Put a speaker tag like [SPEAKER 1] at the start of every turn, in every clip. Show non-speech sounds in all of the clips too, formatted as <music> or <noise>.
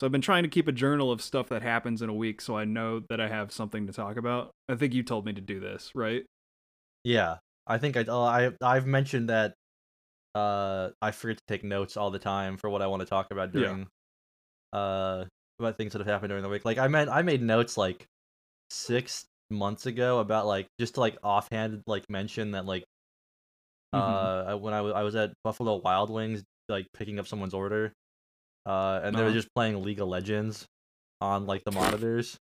[SPEAKER 1] So I've been trying to keep a journal of stuff that happens in a week so I know that I have something to talk about. I think you told me to do this, right?
[SPEAKER 2] Yeah, I think I oh, I I've mentioned that uh I forget to take notes all the time for what I want to talk about
[SPEAKER 1] Yeah.
[SPEAKER 2] during uh about things that have happened during the week. Like I meant I made notes like six months ago about like just to like offhand like mention that like
[SPEAKER 1] Mhm.
[SPEAKER 2] uh I- when I wa- I was at Buffalo Wild Wings like picking up someone's order uh and they were
[SPEAKER 1] Uh-huh.
[SPEAKER 2] just playing League of Legends on like the monitors.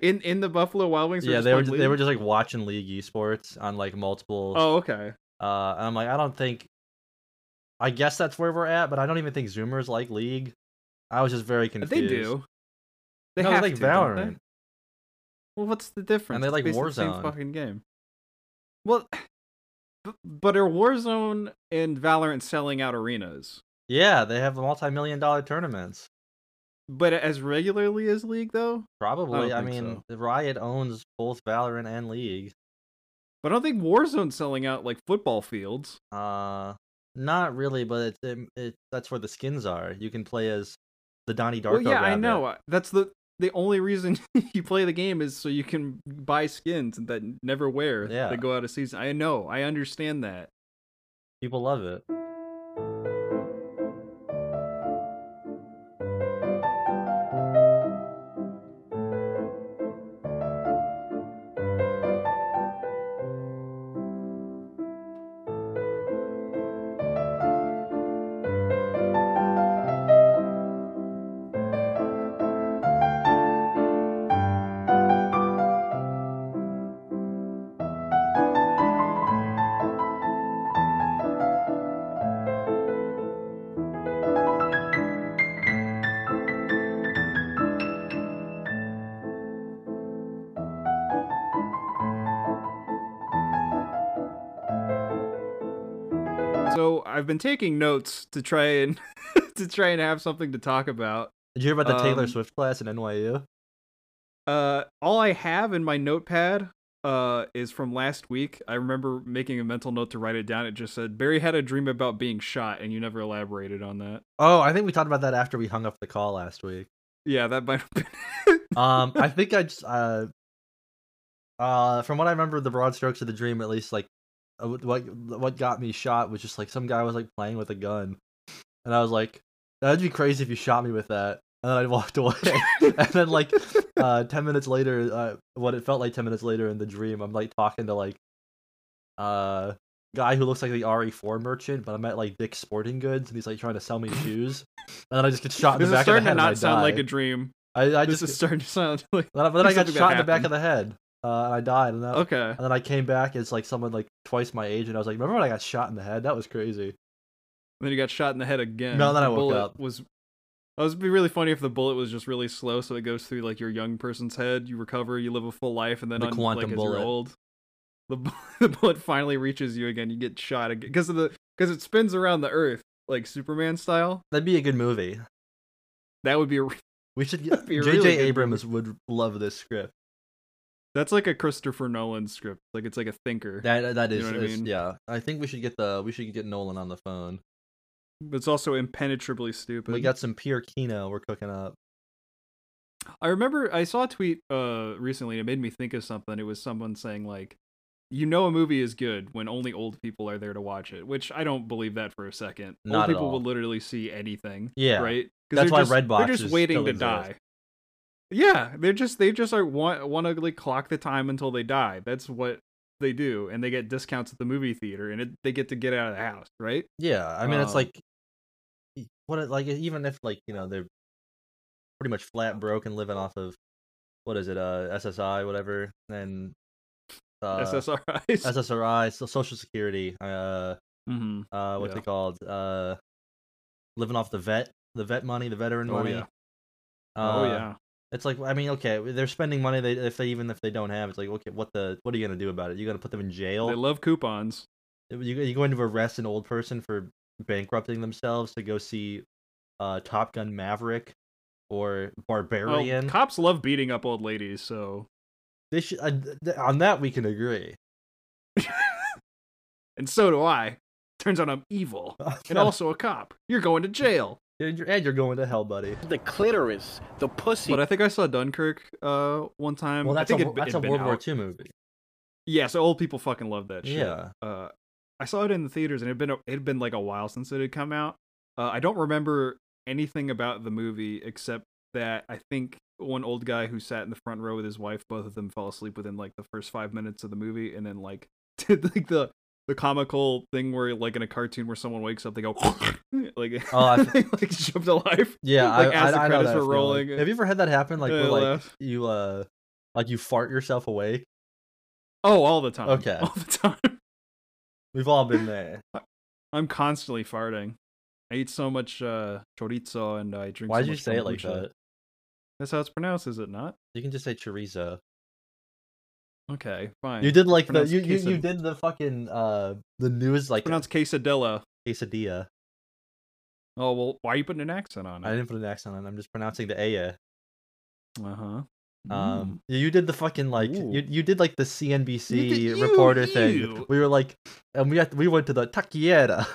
[SPEAKER 1] in in the Buffalo Wild Wings.
[SPEAKER 2] yeah, they were
[SPEAKER 1] just
[SPEAKER 2] ju-
[SPEAKER 1] playing
[SPEAKER 2] they were
[SPEAKER 1] League?
[SPEAKER 2] just like watching League esports on like multiple
[SPEAKER 1] Oh, okay.
[SPEAKER 2] Uh, and I'm like, I don't think. I guess that's where we're at, but I don't even think Zoomers like League. I was just very confused.
[SPEAKER 1] Uh, They do. They
[SPEAKER 2] no,
[SPEAKER 1] have
[SPEAKER 2] they like
[SPEAKER 1] to, don't they?
[SPEAKER 2] Valorant.
[SPEAKER 1] Well, what's the difference?
[SPEAKER 2] they
[SPEAKER 1] It's
[SPEAKER 2] like
[SPEAKER 1] basically the same
[SPEAKER 2] Warzone.
[SPEAKER 1] fucking game. Well, <sighs> b- but are Warzone and Valorant selling out arenas?
[SPEAKER 2] Yeah, they have multi-million dollar tournaments.
[SPEAKER 1] But as regularly as League though?
[SPEAKER 2] Probably. I,
[SPEAKER 1] think
[SPEAKER 2] mean, Riot owns both Valorant and League.
[SPEAKER 1] But I don't think Warzone's selling out like football fields.
[SPEAKER 2] Uh, not really, but it's it, it, that's where the skins are. You can play as the Donnie Darko.
[SPEAKER 1] well, yeah, I
[SPEAKER 2] rabbit.
[SPEAKER 1] know. I- That's the the only reason <laughs> you play the game is so you can buy skins that never wear
[SPEAKER 2] Yeah.
[SPEAKER 1] that go out of season. I know. I understand that.
[SPEAKER 2] People love it.
[SPEAKER 1] So I've been taking notes to try and <laughs> to try and have something to talk about.
[SPEAKER 2] Did you hear about the Taylor
[SPEAKER 1] Um,
[SPEAKER 2] Swift class in NYU?
[SPEAKER 1] Uh, all I have in my notepad uh, is from last week. I remember making a mental note to write it down. It just said Barry had a dream about being shot, and you never elaborated on that.
[SPEAKER 2] Oh, I think we talked about that after we hung up the call last week.
[SPEAKER 1] Yeah, that might have been.
[SPEAKER 2] um i think i just uh uh from what i remember the broad strokes of the dream at least like uh, what what what got me shot was just like some guy was like playing with a gun and i was like that'd be crazy if you shot me with that and then i walked <laughs> away and
[SPEAKER 1] <laughs>
[SPEAKER 2] then like uh 10 minutes later uh what it felt like 10 minutes later in the dream i'm like talking to like uh guy who looks like the re4 merchant but i'm at like dick's sporting goods and he's like trying to sell me shoes and then i just get shot in
[SPEAKER 1] this
[SPEAKER 2] the
[SPEAKER 1] is
[SPEAKER 2] back of the
[SPEAKER 1] starting
[SPEAKER 2] head
[SPEAKER 1] to
[SPEAKER 2] and I
[SPEAKER 1] not sound like
[SPEAKER 2] die.
[SPEAKER 1] a dream.
[SPEAKER 2] I- I
[SPEAKER 1] This
[SPEAKER 2] just
[SPEAKER 1] is starting to sound like
[SPEAKER 2] <laughs> then, I- then I got
[SPEAKER 1] Something that
[SPEAKER 2] shot in the back of the head, uh, and I died. And, that,
[SPEAKER 1] okay.
[SPEAKER 2] and then I came back as like someone like twice my age, and I was like, "Remember when I got shot in the head? That was crazy."
[SPEAKER 1] And then you got shot in the head again.
[SPEAKER 2] No, then
[SPEAKER 1] The
[SPEAKER 2] I woke
[SPEAKER 1] bullet
[SPEAKER 2] up.
[SPEAKER 1] Was that would be really funny if the bullet was just really slow, so it goes through like your young person's head. You recover, you live a full life, and then
[SPEAKER 2] The
[SPEAKER 1] on,
[SPEAKER 2] quantum
[SPEAKER 1] like, as
[SPEAKER 2] bullet.
[SPEAKER 1] you're old, the bu- <laughs> the bullet finally reaches you again. You get shot again because of the because it spins around the earth like Superman style.
[SPEAKER 2] That'd be a good movie.
[SPEAKER 1] That would be a, re-
[SPEAKER 2] We should. <laughs> get-
[SPEAKER 1] That'd be a
[SPEAKER 2] J.J.
[SPEAKER 1] really good
[SPEAKER 2] Abrams would love this script.
[SPEAKER 1] that's like a Christopher Nolan script. Like it's like a thinker,
[SPEAKER 2] That uh, that
[SPEAKER 1] You
[SPEAKER 2] is,
[SPEAKER 1] know what I
[SPEAKER 2] is-
[SPEAKER 1] mean?
[SPEAKER 2] yeah. I think we should get the we should get Nolan on the phone.
[SPEAKER 1] but it's also impenetrably stupid.
[SPEAKER 2] we got some Pierre Kino we're cooking up.
[SPEAKER 1] I remember I saw a tweet uh recently and it made me think of something. It was someone saying like you know a movie is good when only old people are there to watch it, which I don't believe that for a second.
[SPEAKER 2] Not
[SPEAKER 1] old
[SPEAKER 2] at
[SPEAKER 1] people
[SPEAKER 2] all.
[SPEAKER 1] will literally see anything,
[SPEAKER 2] Yeah,
[SPEAKER 1] right? 'Cause they're
[SPEAKER 2] That's why
[SPEAKER 1] just,
[SPEAKER 2] Redbox
[SPEAKER 1] They're just
[SPEAKER 2] is
[SPEAKER 1] waiting
[SPEAKER 2] still
[SPEAKER 1] to
[SPEAKER 2] exists.
[SPEAKER 1] die. Yeah, they're just they just are want want to like clock the time until they die. That's what they do, and they get discounts at the movie theater, and it, they get to get out of the house, right?
[SPEAKER 2] Yeah, I mean it's
[SPEAKER 1] Um,
[SPEAKER 2] like e- what it- like even if like you know they're pretty much flat broke and living off of what is it uh SSI whatever and uh,
[SPEAKER 1] SSRIs.
[SPEAKER 2] SSRI so Social Security uh
[SPEAKER 1] mm-hmm.
[SPEAKER 2] uh what's
[SPEAKER 1] Yeah.
[SPEAKER 2] it called uh living off the vet the vet money the veteran
[SPEAKER 1] Oh,
[SPEAKER 2] money
[SPEAKER 1] yeah.
[SPEAKER 2] uh,
[SPEAKER 1] oh yeah.
[SPEAKER 2] it's like I mean okay they're spending money they if they even if they don't have it's like okay what the what are you gonna do about it you gonna put them in jail
[SPEAKER 1] They love coupons.
[SPEAKER 2] you you going to arrest an old person for bankrupting themselves to go see uh, Top Gun Maverick or
[SPEAKER 1] Oh, Well,
[SPEAKER 2] Barbarian.
[SPEAKER 1] cops love beating up old ladies, so
[SPEAKER 2] They should- uh, th- th- on that we can agree.
[SPEAKER 1] and so do I. Turns out I'm evil and also a cop. You're going to jail.
[SPEAKER 2] <laughs> And you're, and you're going to hell, buddy.
[SPEAKER 3] The clitoris, the pussy.
[SPEAKER 1] But I think I saw Dunkirk uh one time.
[SPEAKER 2] Well,
[SPEAKER 1] I
[SPEAKER 2] that's a,
[SPEAKER 1] think
[SPEAKER 2] wo-
[SPEAKER 1] it'd be-
[SPEAKER 2] that's a
[SPEAKER 1] it'd been
[SPEAKER 2] World War
[SPEAKER 1] out.
[SPEAKER 2] II movie.
[SPEAKER 1] Yeah, so old people fucking love that shit.
[SPEAKER 2] Yeah.
[SPEAKER 1] Uh, I saw it in the theaters, and it'd been a, it'd been like a while since it had come out. Uh, I don't remember anything about the movie except that I think one old guy who sat in the front row with his wife, both of them fell asleep within like the first five minutes of the movie, and then like <laughs> did like the the comical thing where like in a cartoon where someone wakes up, they go <laughs> like <laughs>
[SPEAKER 2] Oh, I f-
[SPEAKER 1] they, like jump to life.
[SPEAKER 2] Yeah,
[SPEAKER 1] <laughs> Like,
[SPEAKER 2] I,
[SPEAKER 1] as the
[SPEAKER 2] I, I know
[SPEAKER 1] credits
[SPEAKER 2] that
[SPEAKER 1] were
[SPEAKER 2] feeling.
[SPEAKER 1] rolling,
[SPEAKER 2] Have you ever had that happen? Like,
[SPEAKER 1] I
[SPEAKER 2] where, like
[SPEAKER 1] laughed.
[SPEAKER 2] you uh, like you fart yourself awake.
[SPEAKER 1] Oh, all the time.
[SPEAKER 2] Okay.
[SPEAKER 1] all the time. <laughs>
[SPEAKER 2] We've all been there.
[SPEAKER 1] I'm constantly farting. I eat so much uh, chorizo and I drink.
[SPEAKER 2] Why
[SPEAKER 1] so
[SPEAKER 2] did you
[SPEAKER 1] much
[SPEAKER 2] say it like
[SPEAKER 1] kombucha.
[SPEAKER 2] that?
[SPEAKER 1] That's how it's pronounced, is it not?
[SPEAKER 2] You can just say chorizo.
[SPEAKER 1] Okay, fine.
[SPEAKER 2] You did like the
[SPEAKER 1] Pronounce
[SPEAKER 2] you, you you
[SPEAKER 1] quesad-
[SPEAKER 2] did the fucking uh the news like
[SPEAKER 1] pronounce quesadilla.
[SPEAKER 2] quesadilla.
[SPEAKER 1] Oh well, why are you putting an accent on
[SPEAKER 2] I
[SPEAKER 1] it?
[SPEAKER 2] didn't put an accent on. it, I'm just pronouncing the aya.
[SPEAKER 1] Uh huh.
[SPEAKER 2] Um, you did the fucking like
[SPEAKER 1] Mm. Ooh.
[SPEAKER 2] you, you did like the CNBC
[SPEAKER 1] You did-
[SPEAKER 2] reporter
[SPEAKER 1] you-
[SPEAKER 2] thing.
[SPEAKER 1] you.
[SPEAKER 2] We were like, and we had, we went to the <laughs> taquiera.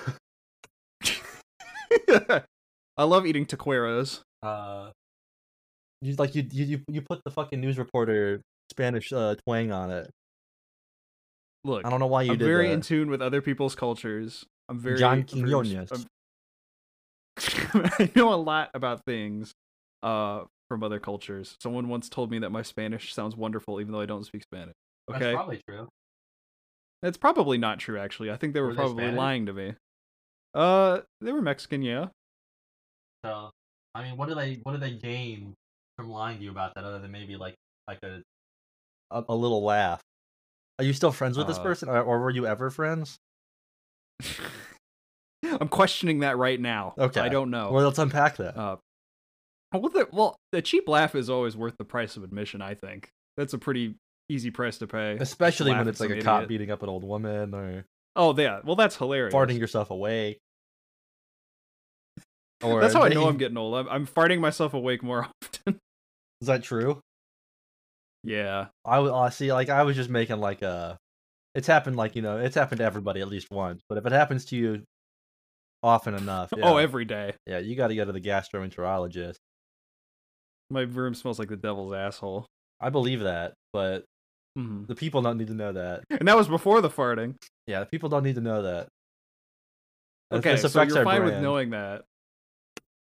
[SPEAKER 1] Mm. <laughs> I love eating taqueros.
[SPEAKER 2] Uh, you like you you you- you put the fucking news reporter Spanish uh, twang on it.
[SPEAKER 1] Look,
[SPEAKER 2] I don't know why you
[SPEAKER 1] I'm
[SPEAKER 2] did
[SPEAKER 1] very
[SPEAKER 2] that.
[SPEAKER 1] in tune with other people's cultures. I'm very
[SPEAKER 2] John
[SPEAKER 1] I'm <laughs> very res-
[SPEAKER 2] Quinones.
[SPEAKER 1] I'm- I know a lot about things uh, from other cultures. Someone once told me that my Spanish sounds wonderful, even though I don't speak Spanish. Okay, that's,
[SPEAKER 2] probably true.
[SPEAKER 1] probably not true. Actually, I think they were,
[SPEAKER 2] Were they
[SPEAKER 1] probably
[SPEAKER 2] Spanish?
[SPEAKER 1] lying to me. Uh, they were Mexican, yeah.
[SPEAKER 2] So, I mean, what do they what do they gain from lying to you about that other than maybe like like a a, little laugh? Are you still friends with this
[SPEAKER 1] Uh,
[SPEAKER 2] person, or, or were you ever friends?
[SPEAKER 1] I'm questioning that right now.
[SPEAKER 2] Okay.
[SPEAKER 1] I don't know.
[SPEAKER 2] Well, let's unpack that.
[SPEAKER 1] Uh, well, the, well, the cheap laugh is always worth the price of admission. I think that's a pretty easy price to pay, Just
[SPEAKER 2] Especially
[SPEAKER 1] laugh
[SPEAKER 2] when
[SPEAKER 1] at
[SPEAKER 2] it's like
[SPEAKER 1] some
[SPEAKER 2] a cop
[SPEAKER 1] idiot.
[SPEAKER 2] beating up an old woman or
[SPEAKER 1] Oh yeah, well that's hilarious.
[SPEAKER 2] farting yourself away.
[SPEAKER 1] <laughs>
[SPEAKER 2] Or
[SPEAKER 1] That's how I know
[SPEAKER 2] <laughs> taking-
[SPEAKER 1] I'm getting old. I'm, I'm farting myself awake more often. <laughs>
[SPEAKER 2] Is that true?
[SPEAKER 1] yeah.
[SPEAKER 2] I w- uh, see. Like I was just making like a. It's happened like you know it's happened to everybody at least once, but if it happens to you often enough,
[SPEAKER 1] <laughs> Oh,
[SPEAKER 2] yeah,
[SPEAKER 1] every day.
[SPEAKER 2] yeah, you got to go to the gastroenterologist.
[SPEAKER 1] My room smells like the devil's asshole.
[SPEAKER 2] I believe that, but
[SPEAKER 1] Mhm.
[SPEAKER 2] the people don't need to know that.
[SPEAKER 1] And that was before the farting.
[SPEAKER 2] Yeah, the people don't need to know that. This-
[SPEAKER 1] Okay,
[SPEAKER 2] this
[SPEAKER 1] so
[SPEAKER 2] affects
[SPEAKER 1] you're
[SPEAKER 2] our
[SPEAKER 1] fine with
[SPEAKER 2] brand. Oh,
[SPEAKER 1] knowing that.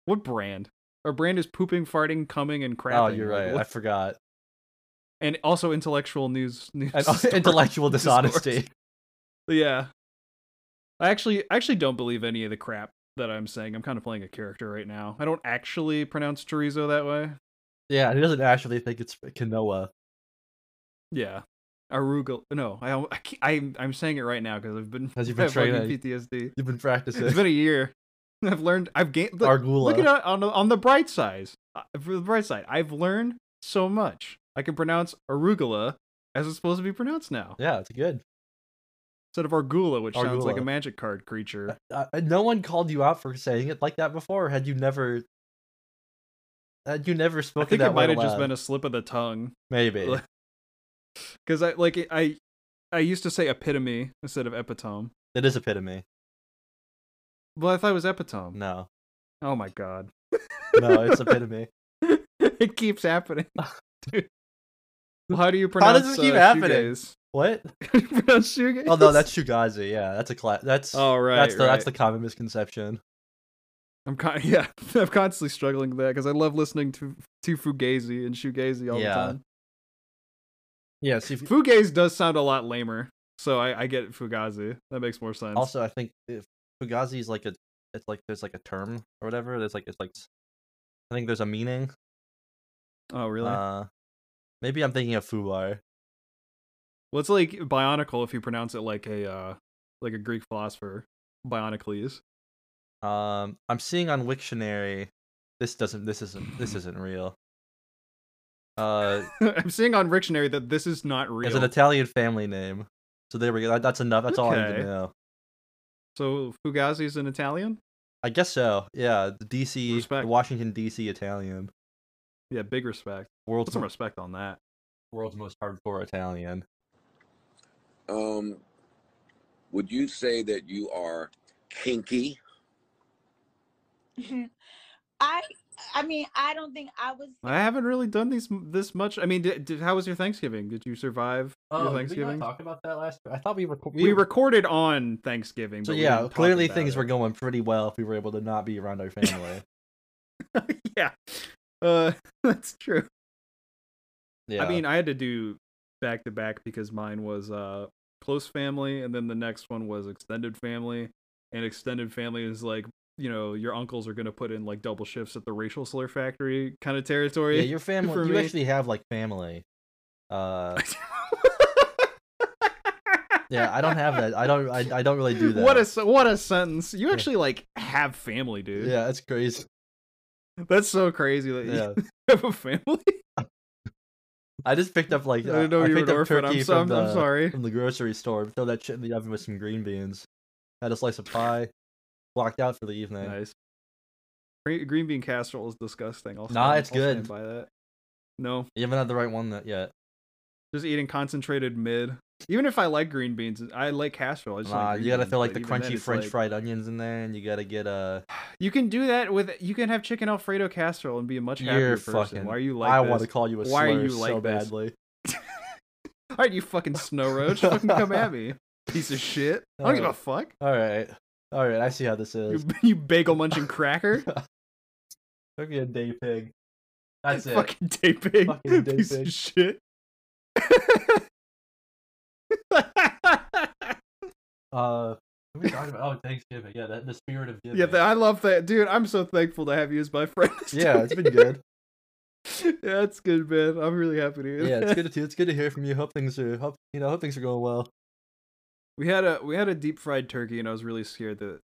[SPEAKER 1] What brand? Our brand is pooping, farting, coming, and crapping.
[SPEAKER 2] Oh, you're
[SPEAKER 1] Like,
[SPEAKER 2] right. I
[SPEAKER 1] what- <laughs>
[SPEAKER 2] forgot.
[SPEAKER 1] And also intellectual news. <laughs> news
[SPEAKER 2] And
[SPEAKER 1] stories. <laughs>
[SPEAKER 2] intellectual
[SPEAKER 1] Discourse.
[SPEAKER 2] dishonesty.
[SPEAKER 1] Yeah. I actually I actually don't believe any of the crap that I'm saying. I'm kind of playing a character right now. I don't actually pronounce chorizo that way.
[SPEAKER 2] <laughs> Yeah, and he doesn't actually think it's quinoa.
[SPEAKER 1] Yeah. Arugula. No, I, al- I ke- I'm I'm saying it right now because I've been <laughs>
[SPEAKER 2] Has he been
[SPEAKER 1] I've fucking
[SPEAKER 2] training?
[SPEAKER 1] PTSD.
[SPEAKER 2] You've been practicing.
[SPEAKER 1] It's been a year. <laughs> I've learned. I've gained. Look,
[SPEAKER 2] Argula.
[SPEAKER 1] look at it on the, on the bright side. Uh, For the bright side, I've learned so much. I can pronounce arugula as it's supposed to be pronounced now,
[SPEAKER 2] Yeah, it's good.
[SPEAKER 1] instead of argula, which sounds like a
[SPEAKER 2] Argula.
[SPEAKER 1] magic card creature.
[SPEAKER 2] Uh, uh, no one called you out for saying it like that before. Or had you never? Had you never
[SPEAKER 1] I
[SPEAKER 2] spoken
[SPEAKER 1] think
[SPEAKER 2] that
[SPEAKER 1] it
[SPEAKER 2] way
[SPEAKER 1] might have just
[SPEAKER 2] aloud?
[SPEAKER 1] been a slip of the tongue.
[SPEAKER 2] maybe.
[SPEAKER 1] like- Because I like it- I, I used to say epitome instead of epitome.
[SPEAKER 2] It is epitome.
[SPEAKER 1] Well, I thought it was epitome. <laughs>
[SPEAKER 2] No,
[SPEAKER 1] Oh my god, <laughs>
[SPEAKER 2] no, it's epitome.
[SPEAKER 1] it keeps happening.
[SPEAKER 2] <laughs>
[SPEAKER 1] Dude. Well, how do you
[SPEAKER 2] How
[SPEAKER 1] pronounce?
[SPEAKER 2] does this keep
[SPEAKER 1] uh,
[SPEAKER 2] happening?
[SPEAKER 1] shoegaze?
[SPEAKER 2] What?
[SPEAKER 1] How do <laughs> you pronounce shoegaze?
[SPEAKER 2] Oh no, that's Shugazi. Yeah, that's a class.
[SPEAKER 1] <laughs>
[SPEAKER 2] That's
[SPEAKER 1] Oh right,
[SPEAKER 2] that's the
[SPEAKER 1] right.
[SPEAKER 2] that's the common misconception.
[SPEAKER 1] I'm con- <laughs> yeah, I'm constantly struggling with that because I love listening to to Fugazi and Shoegazy all
[SPEAKER 2] Yeah.
[SPEAKER 1] the time.
[SPEAKER 2] Yeah. See,
[SPEAKER 1] Fugazi does sound a lot lamer, so I, I get Fugazi. That makes more sense.
[SPEAKER 2] <laughs> also I think if Fugazi is like a it's like there's like a term or whatever. There's like it's like s- I think there's a meaning.
[SPEAKER 1] oh really?
[SPEAKER 2] Uh, maybe I'm thinking of Fubar.
[SPEAKER 1] well, it's like Bionicle if you pronounce it like a uh, like a Greek philosopher, Bionicles. <laughs>
[SPEAKER 2] Um, I'm seeing on Wiktionary. This doesn't. This isn't. This isn't real.
[SPEAKER 1] <laughs>
[SPEAKER 2] Uh,
[SPEAKER 1] I'm seeing on Rictionary that this is not real.
[SPEAKER 2] it's an Italian family name. So there we go. That, that's enough. That's all I need
[SPEAKER 1] Okay.
[SPEAKER 2] to know.
[SPEAKER 1] so Fugazi is an Italian?
[SPEAKER 2] I guess so. Yeah, the DC,
[SPEAKER 1] Respect.
[SPEAKER 2] the Washington DC Italian,
[SPEAKER 1] Yeah, big respect. Put
[SPEAKER 2] world's
[SPEAKER 1] some
[SPEAKER 2] mo-
[SPEAKER 1] respect on that.
[SPEAKER 2] world's most hardcore Italian.
[SPEAKER 4] Um, would you say that you are kinky?
[SPEAKER 5] <laughs> I I mean I don't think I was
[SPEAKER 1] I haven't really done these m- this much. I mean, did, did, how was your Thanksgiving? Did you survive your
[SPEAKER 2] Oh, did we not
[SPEAKER 1] Thanksgiving?
[SPEAKER 2] talk about that last? I thought we were.
[SPEAKER 1] We recorded on Thanksgiving.
[SPEAKER 2] So
[SPEAKER 1] but we
[SPEAKER 2] yeah,
[SPEAKER 1] didn't talk
[SPEAKER 2] clearly
[SPEAKER 1] about
[SPEAKER 2] things
[SPEAKER 1] it.
[SPEAKER 2] were going pretty well if we were able to not be around
[SPEAKER 1] <laughs>
[SPEAKER 2] our family.
[SPEAKER 1] yeah, uh, <laughs> that's true.
[SPEAKER 2] yeah.
[SPEAKER 1] I mean, I had to do back to back because mine was uh close family, and then the next one was extended family. And extended family is like, you know, your uncles are gonna put in like double shifts at the racial slur factory kind of territory. <laughs>
[SPEAKER 2] yeah, your family.
[SPEAKER 1] for
[SPEAKER 2] You
[SPEAKER 1] me-
[SPEAKER 2] actually have like family. Uh, yeah, I don't have that.
[SPEAKER 1] <laughs>
[SPEAKER 2] I don't. I, I don't really do that.
[SPEAKER 1] What a s- what a sentence! You actually like have family, dude.
[SPEAKER 2] Yeah, it's
[SPEAKER 1] <laughs>
[SPEAKER 2] crazy.
[SPEAKER 1] that's so crazy that
[SPEAKER 2] Yeah,
[SPEAKER 1] you <laughs> have a <laughs> family.
[SPEAKER 2] I just picked up like
[SPEAKER 1] I didn't know
[SPEAKER 2] I
[SPEAKER 1] you were
[SPEAKER 2] picked
[SPEAKER 1] an
[SPEAKER 2] up
[SPEAKER 1] orphan.
[SPEAKER 2] turkey
[SPEAKER 1] I'm, so,
[SPEAKER 2] from
[SPEAKER 1] I'm,
[SPEAKER 2] the
[SPEAKER 1] I'm
[SPEAKER 2] <laughs>
[SPEAKER 1] sorry.
[SPEAKER 2] from the grocery store. Throw that shit in the oven with some green beans. Had a slice of pie. Walked out for the evening.
[SPEAKER 1] Nice. Gre- Green bean casserole is disgusting. I'll
[SPEAKER 2] Nah,
[SPEAKER 1] stand-
[SPEAKER 2] it's
[SPEAKER 1] I'll stand
[SPEAKER 2] good.
[SPEAKER 1] by that. No,
[SPEAKER 2] You haven't had the right one that yet.
[SPEAKER 1] just eating concentrated mid. Even if I like green beans, I like casserole. I just
[SPEAKER 2] Nah,
[SPEAKER 1] like green
[SPEAKER 2] you gotta
[SPEAKER 1] beans,
[SPEAKER 2] throw
[SPEAKER 1] but
[SPEAKER 2] like the
[SPEAKER 1] even then,
[SPEAKER 2] crunchy
[SPEAKER 1] it's
[SPEAKER 2] French
[SPEAKER 1] like-
[SPEAKER 2] fried onions in there, and you gotta get a.
[SPEAKER 1] You can do that with. You can have chicken alfredo casserole and be a much happier
[SPEAKER 2] You're
[SPEAKER 1] person.
[SPEAKER 2] fucking.
[SPEAKER 1] Why are you like
[SPEAKER 2] I
[SPEAKER 1] this?
[SPEAKER 2] want
[SPEAKER 1] <laughs>
[SPEAKER 2] to call you a
[SPEAKER 1] Why are
[SPEAKER 2] slur
[SPEAKER 1] you
[SPEAKER 2] so
[SPEAKER 1] like this?
[SPEAKER 2] badly.
[SPEAKER 1] All right, you fucking snow roach, fucking come at
[SPEAKER 2] <laughs>
[SPEAKER 1] me, piece of shit. I don't give a
[SPEAKER 2] Alright.
[SPEAKER 1] fuck.
[SPEAKER 2] All right, all right. I see how this
[SPEAKER 1] You,
[SPEAKER 2] is.
[SPEAKER 1] <laughs> you bagel munching cracker.
[SPEAKER 2] Took me a day pig. <laughs> That's it.
[SPEAKER 1] Fucking day pig.
[SPEAKER 2] Fucking day
[SPEAKER 1] piece
[SPEAKER 2] pig.
[SPEAKER 1] of shit. <laughs>
[SPEAKER 2] Uh, what are we talking about? Oh, Thanksgiving. Yeah, that, the spirit of giving.
[SPEAKER 1] yeah, th- I love that, dude. I'm so thankful to have you as my friend.
[SPEAKER 2] yeah, it's been good.
[SPEAKER 1] yeah, that's good, man. I'm really happy to hear.
[SPEAKER 2] Yeah,
[SPEAKER 1] that.
[SPEAKER 2] it's <laughs> good to it's good to hear from you. Hope things are hope you know hope things are going well.
[SPEAKER 1] We had a we had a deep fried turkey, and I was really scared that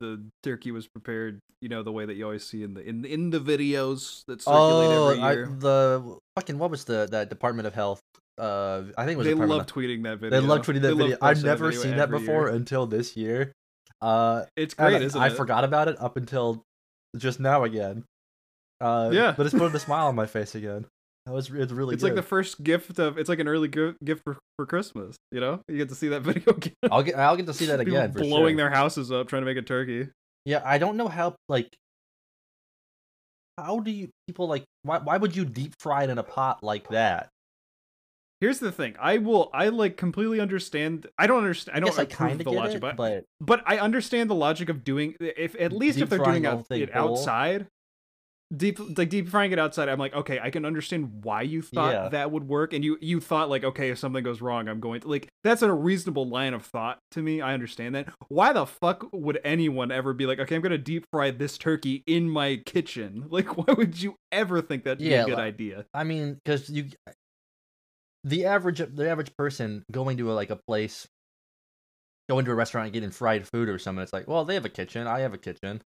[SPEAKER 1] the turkey was prepared, you know, the way that you always see in the in in the videos that circulate
[SPEAKER 2] oh,
[SPEAKER 1] every
[SPEAKER 2] I,
[SPEAKER 1] year.
[SPEAKER 2] the fucking what was the that Department of Health? Uh, I think it was
[SPEAKER 1] they
[SPEAKER 2] Department
[SPEAKER 1] love
[SPEAKER 2] of,
[SPEAKER 1] tweeting that video.
[SPEAKER 2] they love tweeting
[SPEAKER 1] They
[SPEAKER 2] that
[SPEAKER 1] love
[SPEAKER 2] video. I've
[SPEAKER 1] posting that
[SPEAKER 2] never
[SPEAKER 1] video
[SPEAKER 2] seen that
[SPEAKER 1] every
[SPEAKER 2] before
[SPEAKER 1] year.
[SPEAKER 2] until this year. Uh,
[SPEAKER 1] It's
[SPEAKER 2] and
[SPEAKER 1] great, isn't
[SPEAKER 2] I
[SPEAKER 1] it?
[SPEAKER 2] forgot about it up until just now again. Uh,
[SPEAKER 1] Yeah.
[SPEAKER 2] but it's putting a
[SPEAKER 1] <laughs>
[SPEAKER 2] smile on my face again. That was it's really
[SPEAKER 1] It's
[SPEAKER 2] good.
[SPEAKER 1] like the first gift of. It's like an early gi- gift for, for Christmas. You know, you get to see that <laughs> video again.
[SPEAKER 2] I'll get I'll get to see that
[SPEAKER 1] People
[SPEAKER 2] again. For
[SPEAKER 1] blowing
[SPEAKER 2] sure.
[SPEAKER 1] their houses up, trying to make a turkey.
[SPEAKER 2] Yeah, I don't know how like how do you people like why why would you deep fry it in a pot like that?
[SPEAKER 1] Here's the thing. I will. I like completely understand. I don't understand. I don't
[SPEAKER 2] guess I
[SPEAKER 1] approve
[SPEAKER 2] kind of
[SPEAKER 1] the
[SPEAKER 2] get
[SPEAKER 1] logic,
[SPEAKER 2] it,
[SPEAKER 1] but
[SPEAKER 2] but
[SPEAKER 1] but I understand the logic of doing if at least
[SPEAKER 2] Deep
[SPEAKER 1] if they're
[SPEAKER 2] frying
[SPEAKER 1] doing
[SPEAKER 2] the
[SPEAKER 1] out-
[SPEAKER 2] whole thing
[SPEAKER 1] it
[SPEAKER 2] whole.
[SPEAKER 1] outside, deep like deep frying it outside. I'm like, okay, I can understand why you thought
[SPEAKER 2] Yeah.
[SPEAKER 1] that would work, and you you thought like, okay, if something goes wrong, I'm going to like that's a reasonable line of thought to me. I understand that. Why the fuck would anyone ever be like, okay, I'm gonna deep fry this turkey in my kitchen? <laughs> Like, why would you ever think that'd
[SPEAKER 2] Yeah,
[SPEAKER 1] be a good
[SPEAKER 2] like-
[SPEAKER 1] idea?
[SPEAKER 2] I mean, because you, the average the average person going to a, like a place, going to a restaurant and getting fried food or something, it's like, well, they have a kitchen, I have a kitchen,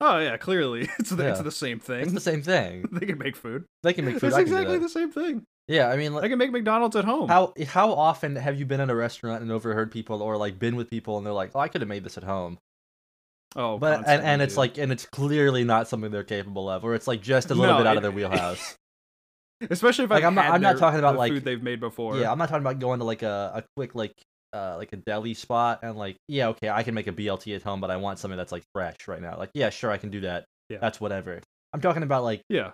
[SPEAKER 1] Oh yeah, clearly <laughs> it's the, it's
[SPEAKER 2] Yeah.
[SPEAKER 1] the same
[SPEAKER 2] it's
[SPEAKER 1] thing.
[SPEAKER 2] the same thing.
[SPEAKER 1] <laughs> they can make food.
[SPEAKER 2] They
[SPEAKER 1] <laughs>
[SPEAKER 2] can make food.
[SPEAKER 1] It's
[SPEAKER 2] I can do
[SPEAKER 1] exactly
[SPEAKER 2] that.
[SPEAKER 1] the same thing.
[SPEAKER 2] Yeah, I mean,
[SPEAKER 1] I
[SPEAKER 2] like,
[SPEAKER 1] can make McDonald's at home.
[SPEAKER 2] how how often have you been in a restaurant and overheard people or like been with people and they're like, oh, I could have made this at home.
[SPEAKER 1] Oh,
[SPEAKER 2] but and,
[SPEAKER 1] constantly,
[SPEAKER 2] and it's
[SPEAKER 1] dude.
[SPEAKER 2] like and it's clearly not something they're capable of or it's like just a little
[SPEAKER 1] No,
[SPEAKER 2] bit out
[SPEAKER 1] it-
[SPEAKER 2] of their wheelhouse
[SPEAKER 1] especially if
[SPEAKER 2] like,
[SPEAKER 1] I've
[SPEAKER 2] I'm not-
[SPEAKER 1] had
[SPEAKER 2] I'm not
[SPEAKER 1] their-
[SPEAKER 2] talking about,
[SPEAKER 1] the
[SPEAKER 2] like-
[SPEAKER 1] food they've made before.
[SPEAKER 2] yeah i'm not talking about going to like a, a quick like uh like a deli spot and like yeah okay i can make a blt at home but i want something that's like fresh right now like yeah sure i can do that
[SPEAKER 1] Yeah.
[SPEAKER 2] that's whatever i'm talking about like
[SPEAKER 1] yeah.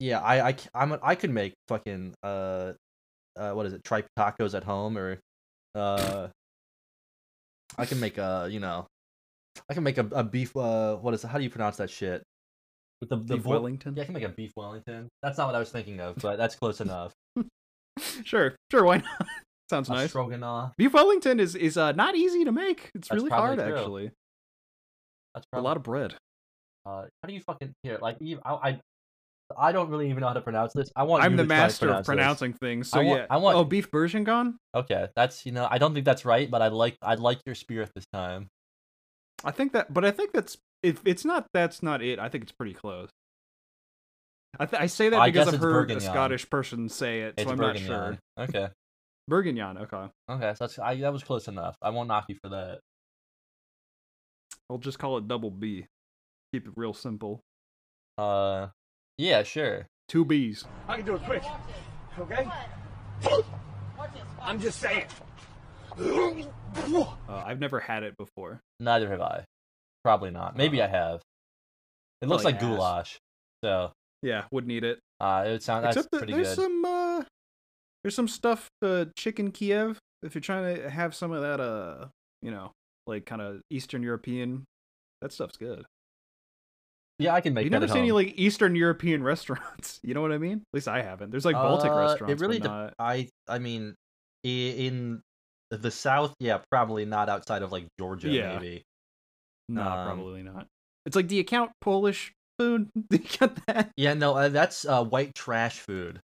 [SPEAKER 2] yeah i i c- i'm a, i could make fucking uh uh what is it tripe tacos at home or uh i can make a you know i can make a, a beef uh what is how do you pronounce that shit with the,
[SPEAKER 1] Beef Wellington. <laughs>
[SPEAKER 2] Yeah, I can make a beef Wellington. That's not what I was thinking of, but that's close enough.
[SPEAKER 1] Sure, sure. Why not? <laughs> Sounds
[SPEAKER 2] A
[SPEAKER 1] nice.
[SPEAKER 2] stroganoff.
[SPEAKER 1] Beef Wellington is is uh, not easy to make. It's
[SPEAKER 2] That's
[SPEAKER 1] really hard,
[SPEAKER 2] probably true.
[SPEAKER 1] actually.
[SPEAKER 2] That's
[SPEAKER 1] A
[SPEAKER 2] probably,
[SPEAKER 1] lot of bread.
[SPEAKER 2] Uh, how do you fucking here? Like, even, I, I, I don't really even know how to pronounce this. I want.
[SPEAKER 1] I'm
[SPEAKER 2] you
[SPEAKER 1] the
[SPEAKER 2] to try to
[SPEAKER 1] master of
[SPEAKER 2] pronounce
[SPEAKER 1] pronouncing things. So
[SPEAKER 2] I want-
[SPEAKER 1] yeah.
[SPEAKER 2] I want-
[SPEAKER 1] Oh, beef Bergengon.
[SPEAKER 2] this. Okay, that's you know. I don't think that's right, but I like. I like your spirit this time.
[SPEAKER 1] I think that, but I think that's if it's not that's not it. I think it's pretty close. I, th- I say that
[SPEAKER 2] I
[SPEAKER 1] because
[SPEAKER 2] guess
[SPEAKER 1] I've
[SPEAKER 2] it's
[SPEAKER 1] heard a
[SPEAKER 2] Bourguignon.
[SPEAKER 1] Scottish person say it,
[SPEAKER 2] It's
[SPEAKER 1] so I'm
[SPEAKER 2] Burgundy.
[SPEAKER 1] not sure.
[SPEAKER 2] Okay.
[SPEAKER 1] Bourguignon. Okay,
[SPEAKER 2] Okay. So that's. I, that was close enough. I won't knock you for that.
[SPEAKER 1] I'll just call it double B. Keep it real simple.
[SPEAKER 2] Uh. Yeah. Sure.
[SPEAKER 1] Two B's.
[SPEAKER 4] I can do it quick. Okay? I'm just saying.
[SPEAKER 1] Uh, I've never had it before.
[SPEAKER 2] Neither have I. Probably not. Maybe I have.
[SPEAKER 6] It looks
[SPEAKER 1] Probably
[SPEAKER 6] like
[SPEAKER 1] ass.
[SPEAKER 6] goulash. So
[SPEAKER 1] Yeah, wouldn't eat it.
[SPEAKER 6] uh, it would sound
[SPEAKER 2] Oh,
[SPEAKER 6] that's
[SPEAKER 1] Except that
[SPEAKER 6] pretty
[SPEAKER 1] there's
[SPEAKER 6] good.
[SPEAKER 1] some uh there's some stuff uh chicken Kiev if you're trying to have some of that uh you know, like kind of Eastern European that stuff's good.
[SPEAKER 6] Yeah, I can make
[SPEAKER 1] you
[SPEAKER 6] that
[SPEAKER 1] never
[SPEAKER 6] at
[SPEAKER 1] seen any
[SPEAKER 6] home.
[SPEAKER 1] like Eastern European <laughs> restaurants. You know what I mean? At least I haven't. There's like Baltic
[SPEAKER 2] Uh,
[SPEAKER 1] restaurants.
[SPEAKER 2] It really,
[SPEAKER 1] but
[SPEAKER 2] de-
[SPEAKER 1] not...
[SPEAKER 2] I, I mean, i- in the South, yeah, probably not outside of like Georgia,
[SPEAKER 1] Yeah.
[SPEAKER 2] maybe.
[SPEAKER 1] No,
[SPEAKER 2] um,
[SPEAKER 1] probably not. It's like do you count Polish food? <laughs> Do you count that?
[SPEAKER 2] Yeah, no, uh, that's uh, white trash food.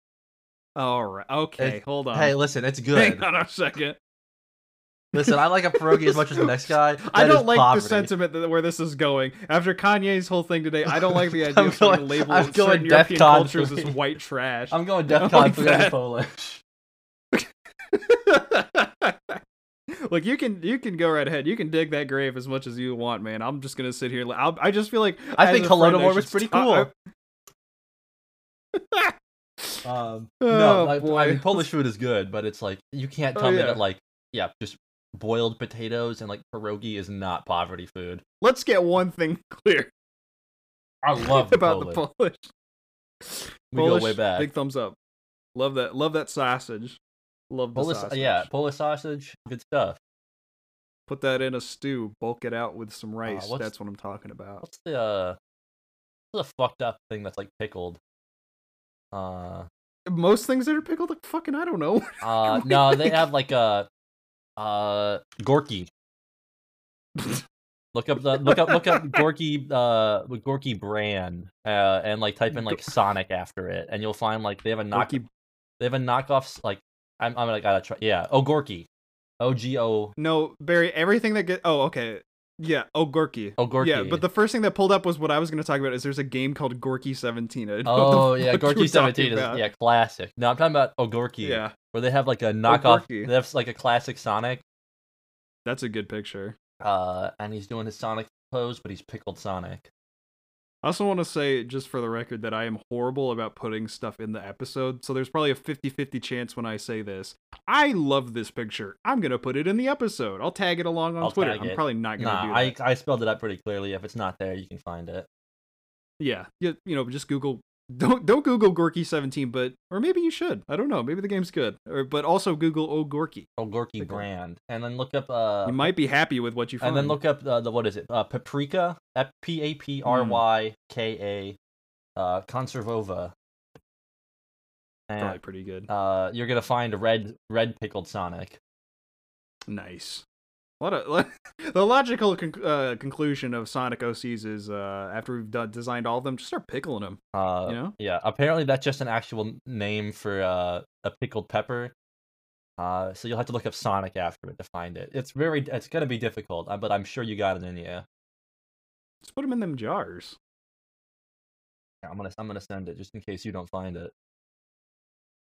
[SPEAKER 1] All right. Okay. hold on.
[SPEAKER 2] hey, listen, it's
[SPEAKER 1] <laughs> Hang
[SPEAKER 2] good.
[SPEAKER 1] on a second.
[SPEAKER 2] listen, I like a pierogi as much as the
[SPEAKER 1] <laughs>
[SPEAKER 2] next guy.
[SPEAKER 1] I
[SPEAKER 2] That is
[SPEAKER 1] don't like
[SPEAKER 2] poverty.
[SPEAKER 1] the
[SPEAKER 2] <laughs>
[SPEAKER 1] sentiment that, where this is going. After Kanye's whole thing today, I don't
[SPEAKER 2] <laughs>
[SPEAKER 1] like the idea of
[SPEAKER 2] going-
[SPEAKER 1] going, labeling
[SPEAKER 2] I'm going
[SPEAKER 1] certain European
[SPEAKER 2] DEFCON
[SPEAKER 1] cultures as
[SPEAKER 2] three.
[SPEAKER 1] white trash. <laughs>
[SPEAKER 6] I'm going
[SPEAKER 1] I
[SPEAKER 6] DEFCON
[SPEAKER 1] like
[SPEAKER 6] for the
[SPEAKER 1] that.
[SPEAKER 6] Polish.
[SPEAKER 1] like you can you can go right ahead. You can dig that grave as much as you want, man. I'm just gonna sit here. and- I'll, I just feel like
[SPEAKER 2] I
[SPEAKER 1] as
[SPEAKER 2] think
[SPEAKER 1] a friend,
[SPEAKER 2] Holodomor
[SPEAKER 1] should
[SPEAKER 2] was pretty
[SPEAKER 1] stop-
[SPEAKER 2] cool. Um,
[SPEAKER 1] Oh,
[SPEAKER 2] no, like, I
[SPEAKER 1] boy.
[SPEAKER 2] mean Polish food is good, but it's like you can't
[SPEAKER 1] Oh,
[SPEAKER 2] tell me
[SPEAKER 1] yeah.
[SPEAKER 2] that like yeah, just boiled potatoes and like pierogi is not poverty food.
[SPEAKER 1] Let's get one thing <laughs> clear <laughs>
[SPEAKER 6] I love
[SPEAKER 1] about
[SPEAKER 6] Poland.
[SPEAKER 1] the Polish.
[SPEAKER 2] We
[SPEAKER 1] Polish,
[SPEAKER 2] go way back.
[SPEAKER 1] Big thumbs up. Love that. Love that sausage. Love the
[SPEAKER 2] Polish, uh,
[SPEAKER 1] sausage.
[SPEAKER 2] yeah, Polish sausage, good stuff.
[SPEAKER 1] Put that in a stew. Bulk it out with
[SPEAKER 2] Uh,
[SPEAKER 1] some rice.
[SPEAKER 6] what's-
[SPEAKER 1] That's what I'm talking about.
[SPEAKER 2] What's the uh, what's the fucked up thing that's like pickled? Uh,
[SPEAKER 1] Most things that are pickled, like fucking, I don't
[SPEAKER 2] <laughs>
[SPEAKER 1] know. <laughs>
[SPEAKER 2] uh, no, they have like a uh Gorky. Look up the look up look up Gorky uh Gorky brand uh and like type in like Sonic after it and you'll find like they have a knock
[SPEAKER 1] Gorky-
[SPEAKER 2] They have a knockoff. s- Like I'm, I'm like gotta try. Yeah. Oh, Gorky. O G O.
[SPEAKER 1] No, Barry. Everything that get. Oh, okay. Yeah. Oh, Gorky.
[SPEAKER 2] Oh, Gorky.
[SPEAKER 1] Yeah, but the <laughs> first thing that pulled up was what I was going to talk about. Is there's a game called Gorky 17? I didn't know what the <laughs>
[SPEAKER 2] Oh yeah,
[SPEAKER 1] fuck you were
[SPEAKER 2] Gorky
[SPEAKER 1] talking
[SPEAKER 2] seventeen is
[SPEAKER 1] about.
[SPEAKER 2] yeah classic. No, I'm talking about Ogorky.
[SPEAKER 1] Yeah, Oh,
[SPEAKER 2] Where they have like a knockoff.
[SPEAKER 1] Gorky.
[SPEAKER 2] They have like a classic Sonic.
[SPEAKER 1] that's a good picture.
[SPEAKER 2] Uh, and he's doing his Sonic pose, but he's pickled Sonic.
[SPEAKER 1] I also want to say, just for the record, that I am horrible about putting stuff in the episode. So there's probably a 50 50 chance when I say this. I love this picture. I'm going to put it in the episode. I'll tag it along on
[SPEAKER 2] I'll
[SPEAKER 1] Twitter.
[SPEAKER 2] tag
[SPEAKER 1] I'm
[SPEAKER 2] it.
[SPEAKER 1] probably not going to do
[SPEAKER 2] Nah,
[SPEAKER 1] that.
[SPEAKER 2] I I spelled it out pretty clearly. If it's not there, you can find it.
[SPEAKER 1] Yeah. You, you know, just Google <laughs> don't don't Google Gorky 17, but or maybe you should. I don't know. Maybe the game's good. Or but also Google Oh Gorky.
[SPEAKER 2] Ogorky
[SPEAKER 1] Pickle.
[SPEAKER 2] brand, and then look up uh.
[SPEAKER 1] You might be happy with what you find.
[SPEAKER 2] and then look up uh, the what is it? Uh, paprika, P A P R
[SPEAKER 1] Hmm.
[SPEAKER 2] Y K A, uh, conservova. And
[SPEAKER 1] probably pretty good.
[SPEAKER 2] uh, you're gonna find a red red pickled Sonic.
[SPEAKER 1] Nice. What a <laughs> the logical conc uh, conclusion of Sonic OCs is uh, after we've done, designed all of them, just start pickling them.
[SPEAKER 2] Uh,
[SPEAKER 1] you know,
[SPEAKER 2] Yeah, apparently that's just an actual n- name for uh, a pickled pepper. Uh, so you'll have to look up Sonic after it to find it. It's very, it's gonna be difficult, uh, but I'm sure you got it in you. Yeah,
[SPEAKER 1] just put them in them jars.
[SPEAKER 2] I'm gonna, I'm gonna send it just in case you don't find it.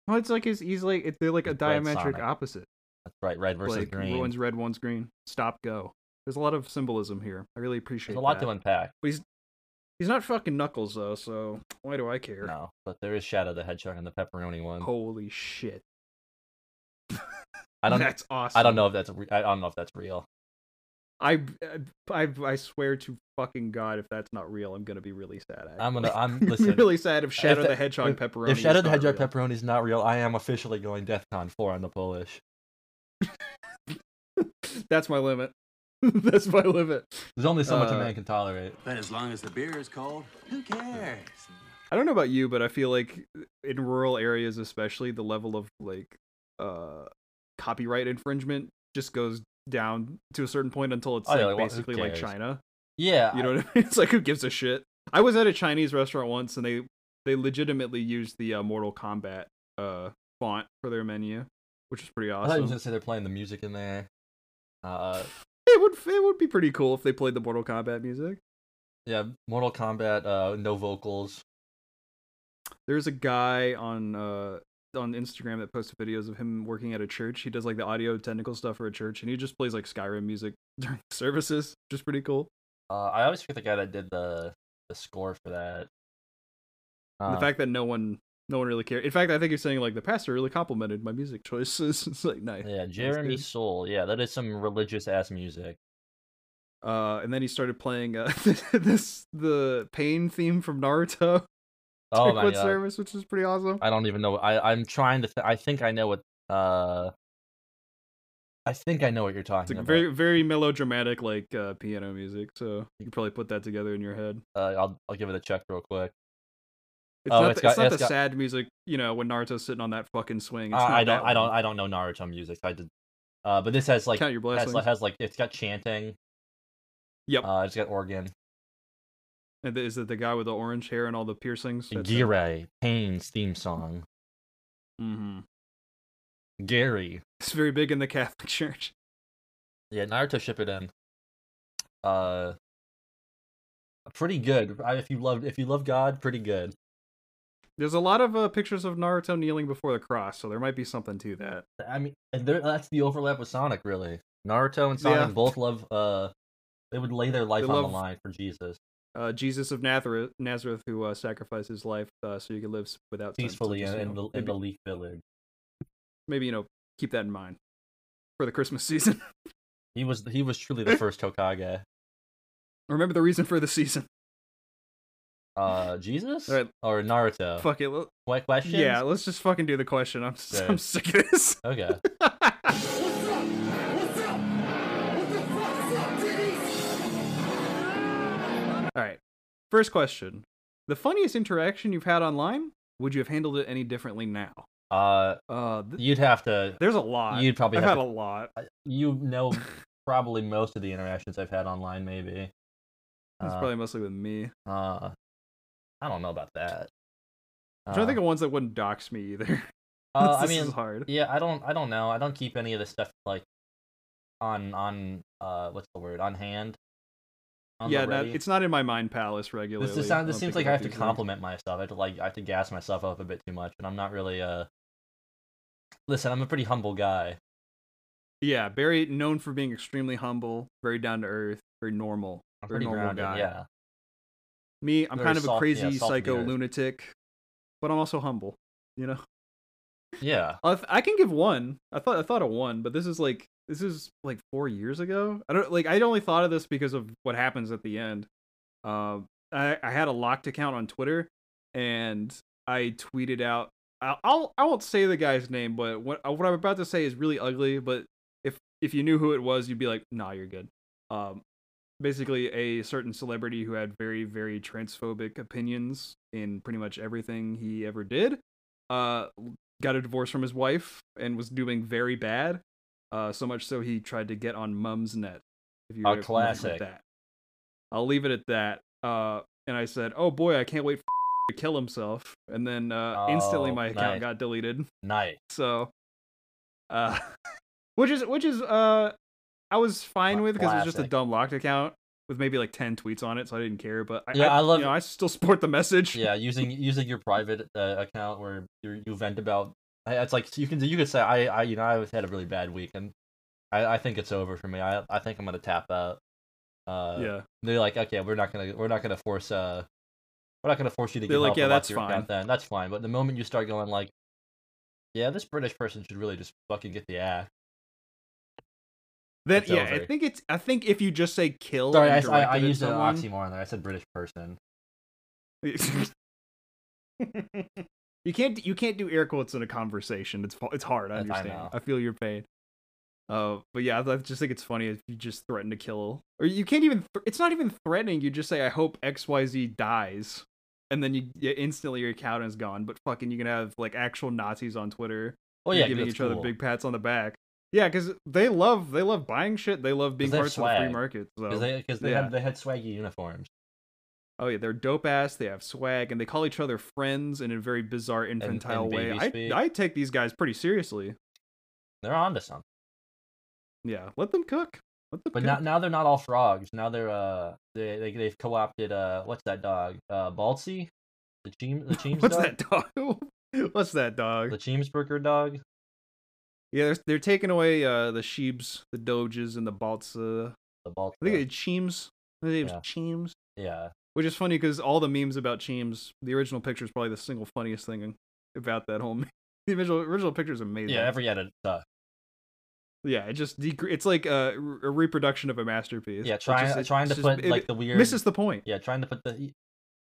[SPEAKER 1] Well, it's like it's easily it, they're like a
[SPEAKER 2] Just red
[SPEAKER 1] diametric
[SPEAKER 2] Sonic.
[SPEAKER 1] opposite.
[SPEAKER 2] That's right, red versus
[SPEAKER 1] like
[SPEAKER 2] green.
[SPEAKER 1] one's red, one's green. Stop, go. There's a lot of symbolism here. I really appreciate.
[SPEAKER 2] There's a lot
[SPEAKER 1] that.
[SPEAKER 2] to unpack.
[SPEAKER 1] He's not fucking Knuckles though, so why do I care?
[SPEAKER 2] No, but there is Shadow the Hedgehog and the pepperoni one.
[SPEAKER 1] Holy shit! <laughs>
[SPEAKER 2] I don't,
[SPEAKER 1] That's awesome.
[SPEAKER 2] I don't know if that's, re- I don't know if that's real.
[SPEAKER 1] I, I I swear to fucking god, if that's not real, I'm gonna be really sad. Actually.
[SPEAKER 2] I'm gonna,
[SPEAKER 1] <laughs>
[SPEAKER 2] I'm
[SPEAKER 1] I'm
[SPEAKER 2] listen.
[SPEAKER 1] really sad if Shadow
[SPEAKER 2] if-
[SPEAKER 1] the Hedgehog
[SPEAKER 2] if-
[SPEAKER 1] pepperoni.
[SPEAKER 2] if Shadow
[SPEAKER 1] is
[SPEAKER 2] the
[SPEAKER 1] not
[SPEAKER 2] Hedgehog
[SPEAKER 1] real.
[SPEAKER 2] pepperoni is not real, I am officially going DEFCON 4 on the Polish.
[SPEAKER 1] <laughs> that's my limit. that's my limit.
[SPEAKER 2] There's only so much a
[SPEAKER 1] Uh,
[SPEAKER 2] man can tolerate.
[SPEAKER 4] But as long as the beer is cold, who cares?
[SPEAKER 1] I don't know about you, but I feel like in rural areas, especially, the level of like uh copyright infringement just goes down to a certain point until it's
[SPEAKER 2] Oh,
[SPEAKER 1] like,
[SPEAKER 2] yeah, like, what- who
[SPEAKER 1] basically like
[SPEAKER 2] cares?
[SPEAKER 1] China.
[SPEAKER 2] Yeah,
[SPEAKER 1] You know what I mean? <laughs> It's like who gives a shit. I was at a Chinese restaurant once, and they they legitimately used the uh, Mortal Kombat uh, font for their menu, which was pretty
[SPEAKER 2] I thought you was
[SPEAKER 1] awesome.
[SPEAKER 2] gonna say they're playing the music in there. Uh,
[SPEAKER 1] It would it would be pretty cool if they played the Mortal Kombat music.
[SPEAKER 2] yeah, Mortal Kombat. Uh, no vocals.
[SPEAKER 1] There's a guy on uh, on Instagram that posts videos of him working at a church. He does like the audio technical stuff for a church, and he just plays like Skyrim music <laughs> during services, which is pretty cool.
[SPEAKER 2] Uh, I always forget the guy that did the the score for that. Ah. Um,
[SPEAKER 1] And the fact that no one no one really cared. In fact, I think he's saying like the pastor really complimented my music choices. <laughs> it's like nice.
[SPEAKER 2] yeah, Jeremy
[SPEAKER 1] good. <laughs>
[SPEAKER 2] Soule. Yeah, that is some religious ass music.
[SPEAKER 1] Uh, and then he started playing uh, <laughs> this the pain theme from Naruto <laughs>
[SPEAKER 2] Oh
[SPEAKER 1] during
[SPEAKER 2] my
[SPEAKER 1] lip
[SPEAKER 2] god.
[SPEAKER 1] service, which is pretty awesome.
[SPEAKER 2] I don't even know. I I'm trying to. Th- I think I know what. Uh, I think I know what you're
[SPEAKER 1] It's
[SPEAKER 2] talking
[SPEAKER 1] like
[SPEAKER 2] about.
[SPEAKER 1] very very melodramatic like uh, piano music, so you can probably put that together in your head.
[SPEAKER 2] Uh, I'll I'll give it a check real quick.
[SPEAKER 1] It's
[SPEAKER 2] Oh,
[SPEAKER 1] not,
[SPEAKER 2] it's
[SPEAKER 1] the, it's
[SPEAKER 2] got-
[SPEAKER 1] not
[SPEAKER 2] it's
[SPEAKER 1] the
[SPEAKER 2] got-
[SPEAKER 1] sad music, you know, when Naruto's sitting on that fucking swing. It's
[SPEAKER 2] I-
[SPEAKER 1] not
[SPEAKER 2] I don't
[SPEAKER 1] that
[SPEAKER 2] I don't
[SPEAKER 1] one.
[SPEAKER 2] I don't know Naruto music. I did. Uh, but this has like
[SPEAKER 1] count your
[SPEAKER 2] has,
[SPEAKER 1] blessings.
[SPEAKER 2] like has like it's got chanting.
[SPEAKER 1] Yep.
[SPEAKER 2] Uh, it's got organ.
[SPEAKER 1] And th- is it the guy with the orange hair and all the piercings?
[SPEAKER 2] Gire Payne's theme song.
[SPEAKER 1] hmm
[SPEAKER 2] Gary.
[SPEAKER 1] It's very big in the <laughs> Catholic Church.
[SPEAKER 2] Yeah, Naruto ship it in. Uh, pretty good. I, if you love if you love God, pretty good.
[SPEAKER 1] There's a lot of uh, pictures of Naruto kneeling before the cross, so there might be something to that.
[SPEAKER 2] I mean, and there, that's the overlap with Sonic, really. Naruto and Sonic
[SPEAKER 1] Yeah.
[SPEAKER 2] both love. Uh, they would lay their life
[SPEAKER 1] They
[SPEAKER 2] on the
[SPEAKER 1] love-
[SPEAKER 2] line for Jesus
[SPEAKER 1] Uh, Jesus of Nazareth, Nazareth who uh, sacrificed his life uh, so you could live s- without sin, so
[SPEAKER 2] peacefully uh,
[SPEAKER 1] just,
[SPEAKER 2] in,
[SPEAKER 1] you
[SPEAKER 2] in
[SPEAKER 1] know,
[SPEAKER 2] the
[SPEAKER 1] maybe,
[SPEAKER 2] in the Leaf Village.
[SPEAKER 1] maybe, you know, keep that in mind for the Christmas <laughs> season.
[SPEAKER 2] He was he was
[SPEAKER 1] <laughs>
[SPEAKER 2] truly the first Hokage.
[SPEAKER 1] Remember the reason for the season.
[SPEAKER 2] Uh, Jesus
[SPEAKER 1] Alright.
[SPEAKER 2] or Naruto?
[SPEAKER 1] Fuck it. let-
[SPEAKER 2] What Uh, questions?
[SPEAKER 1] Yeah, let's just fucking do the question. I'm, s-
[SPEAKER 2] Okay.
[SPEAKER 1] I'm sick of this. <laughs>
[SPEAKER 2] Okay.
[SPEAKER 1] All right. First question. The funniest interaction you've had online, would you have handled it any differently now?
[SPEAKER 2] Uh,
[SPEAKER 1] Uh, th-
[SPEAKER 2] you'd have to.
[SPEAKER 1] there's a lot.
[SPEAKER 2] You'd probably
[SPEAKER 1] I've
[SPEAKER 2] have
[SPEAKER 1] had a
[SPEAKER 2] to-
[SPEAKER 1] lot.
[SPEAKER 2] You know, probably most of the interactions I've had online, maybe.
[SPEAKER 1] It's
[SPEAKER 2] Uh,
[SPEAKER 1] probably mostly with me.
[SPEAKER 2] Uh, I don't know about that.
[SPEAKER 1] I'm trying to think
[SPEAKER 2] Uh,
[SPEAKER 1] of ones that wouldn't dox me either. <laughs>
[SPEAKER 2] uh, I
[SPEAKER 1] this
[SPEAKER 2] mean,
[SPEAKER 1] is hard.
[SPEAKER 2] yeah, I don't, I don't know. I don't keep any of this stuff like on, on, uh, what's the word? On hand. On the
[SPEAKER 1] yeah, no,
[SPEAKER 2] ready.
[SPEAKER 1] it's not in my mind palace regularly.
[SPEAKER 2] This, this,
[SPEAKER 1] I
[SPEAKER 2] sound, this
[SPEAKER 1] don't
[SPEAKER 2] seems
[SPEAKER 1] think
[SPEAKER 2] like I have
[SPEAKER 1] it's
[SPEAKER 2] to
[SPEAKER 1] easy.
[SPEAKER 2] compliment myself. I have to like, I have to gas myself up a bit too much, and I'm not really. Uh, listen, I'm a pretty humble guy.
[SPEAKER 1] Yeah, very known for being extremely humble, very down to earth, very normal.
[SPEAKER 2] I'm
[SPEAKER 1] Very
[SPEAKER 2] pretty
[SPEAKER 1] normal
[SPEAKER 2] grounded.
[SPEAKER 1] guy.
[SPEAKER 2] Yeah.
[SPEAKER 1] Me, I'm
[SPEAKER 2] Very
[SPEAKER 1] kind of a
[SPEAKER 2] soft- yeah,
[SPEAKER 1] crazy
[SPEAKER 2] salt of the
[SPEAKER 1] psycho
[SPEAKER 2] earth.
[SPEAKER 1] lunatic, but I'm also humble. You know,
[SPEAKER 2] Yeah.
[SPEAKER 1] I, th- I can give one. I thought I thought of one, but this is like this is like four years ago. I don't like I only thought of this because of what happens at the end. Um, I I had a locked account on Twitter, and I tweeted out. I'll, I'll I won't say the guy's name, but what uh, what I'm about to say is really ugly. But if if you knew who it was, you'd be like, Nah, you're good. Um, basically a certain celebrity who had very very transphobic opinions in pretty much everything he ever did. Uh, got a divorce from his wife and was doing very bad. Uh, so much so he tried to get on Mum's Net. If you
[SPEAKER 2] A
[SPEAKER 1] are familiar with
[SPEAKER 2] classic.
[SPEAKER 1] That. I'll leave it at that. Uh, and I said, "Oh boy, I can't wait for <laughs> to kill himself." And then uh, instantly
[SPEAKER 2] Oh,
[SPEAKER 1] my account
[SPEAKER 2] nice.
[SPEAKER 1] got deleted. <laughs>
[SPEAKER 2] Nice.
[SPEAKER 1] So, uh, <laughs> which is which is uh, I was fine
[SPEAKER 2] Cla-
[SPEAKER 1] with because it was just a
[SPEAKER 2] classic.
[SPEAKER 1] dumb locked account with maybe like ten tweets on it, so I didn't care. But I,
[SPEAKER 2] Yeah, I love-
[SPEAKER 1] You know, I still support the message.
[SPEAKER 2] yeah using using your private uh, account where you you vent about I- it's like you can you could say i i you know i've had a really bad week and i i think it's over for me i i think i'm gonna tap out uh
[SPEAKER 1] yeah.
[SPEAKER 2] they're like okay we're not gonna we're not gonna force uh we're not gonna force you to
[SPEAKER 1] They're
[SPEAKER 2] give
[SPEAKER 1] like,
[SPEAKER 2] up
[SPEAKER 1] "Yeah,
[SPEAKER 2] and lock
[SPEAKER 1] that's
[SPEAKER 2] your account
[SPEAKER 1] fine."
[SPEAKER 2] then that's fine but the moment you start going like yeah this british person should really just fucking get the act
[SPEAKER 1] Then
[SPEAKER 2] It's
[SPEAKER 1] yeah,
[SPEAKER 2] over.
[SPEAKER 1] I think it's I think if you just say kill.
[SPEAKER 2] sorry i,
[SPEAKER 1] and
[SPEAKER 2] I, I
[SPEAKER 1] direct it at
[SPEAKER 2] used an
[SPEAKER 1] someone-
[SPEAKER 2] oxymoron there i said british person <laughs>
[SPEAKER 1] you can't you can't do air quotes in a conversation. It's fu- it's hard. I
[SPEAKER 2] I- I
[SPEAKER 1] understand. I,
[SPEAKER 2] know.
[SPEAKER 1] feel your pain. Uh, but yeah, I I just think it's funny if you just threaten to kill, or you can't even. Th- it's not even threatening. You just say, "I hope X Y Z dies," and then you, you instantly your account is gone. But fucking, you can have like actual Nazis on Twitter
[SPEAKER 2] oh
[SPEAKER 1] and
[SPEAKER 2] yeah 'cause
[SPEAKER 1] giving
[SPEAKER 2] it's
[SPEAKER 1] each other
[SPEAKER 2] cool.
[SPEAKER 1] big pats on the back. Yeah, because they love they love buying shit. They love being
[SPEAKER 2] they have
[SPEAKER 1] parts of the free
[SPEAKER 2] swag.
[SPEAKER 1] market. So
[SPEAKER 2] Cause they, cause they,
[SPEAKER 1] yeah.
[SPEAKER 2] had, they had swaggy uniforms
[SPEAKER 1] Oh yeah, they're dope ass. They have swag, and they call each other friends in a very bizarre, infantile
[SPEAKER 2] and baby
[SPEAKER 1] way.
[SPEAKER 2] speak.
[SPEAKER 1] I, I take these guys pretty seriously.
[SPEAKER 2] they're onto something
[SPEAKER 1] Yeah, let them cook. Let them cook. <laughs>
[SPEAKER 2] But now, now they're not all frogs. Now they're uh they, they they've co-opted uh what's that dog? Uh Baltzy? The Cheem
[SPEAKER 1] <laughs>
[SPEAKER 2] the Cheems
[SPEAKER 1] What's
[SPEAKER 2] dog?
[SPEAKER 1] that dog? <laughs> What's that dog?
[SPEAKER 2] The Cheemsburger dog?
[SPEAKER 1] Yeah, they're, they're taking away uh, the sheebs, the doges, and the baltza.
[SPEAKER 2] The Baltza.
[SPEAKER 1] I think it's cheems. I think it was
[SPEAKER 2] Yeah.
[SPEAKER 1] cheems.
[SPEAKER 2] Yeah.
[SPEAKER 1] Which is funny because all the memes about cheems, the original picture is probably the single funniest <laughs> thing about that whole. meme. The original original picture is amazing.
[SPEAKER 2] Yeah, every edit uh,
[SPEAKER 1] Yeah, it just decre- it's like a, a reproduction of a masterpiece.
[SPEAKER 2] Yeah,
[SPEAKER 1] It
[SPEAKER 2] trying
[SPEAKER 1] just- it-
[SPEAKER 2] trying to
[SPEAKER 1] it's
[SPEAKER 2] put
[SPEAKER 1] just- it-
[SPEAKER 2] like the
[SPEAKER 1] it
[SPEAKER 2] weird
[SPEAKER 1] misses the point.
[SPEAKER 2] Yeah, trying to put the e,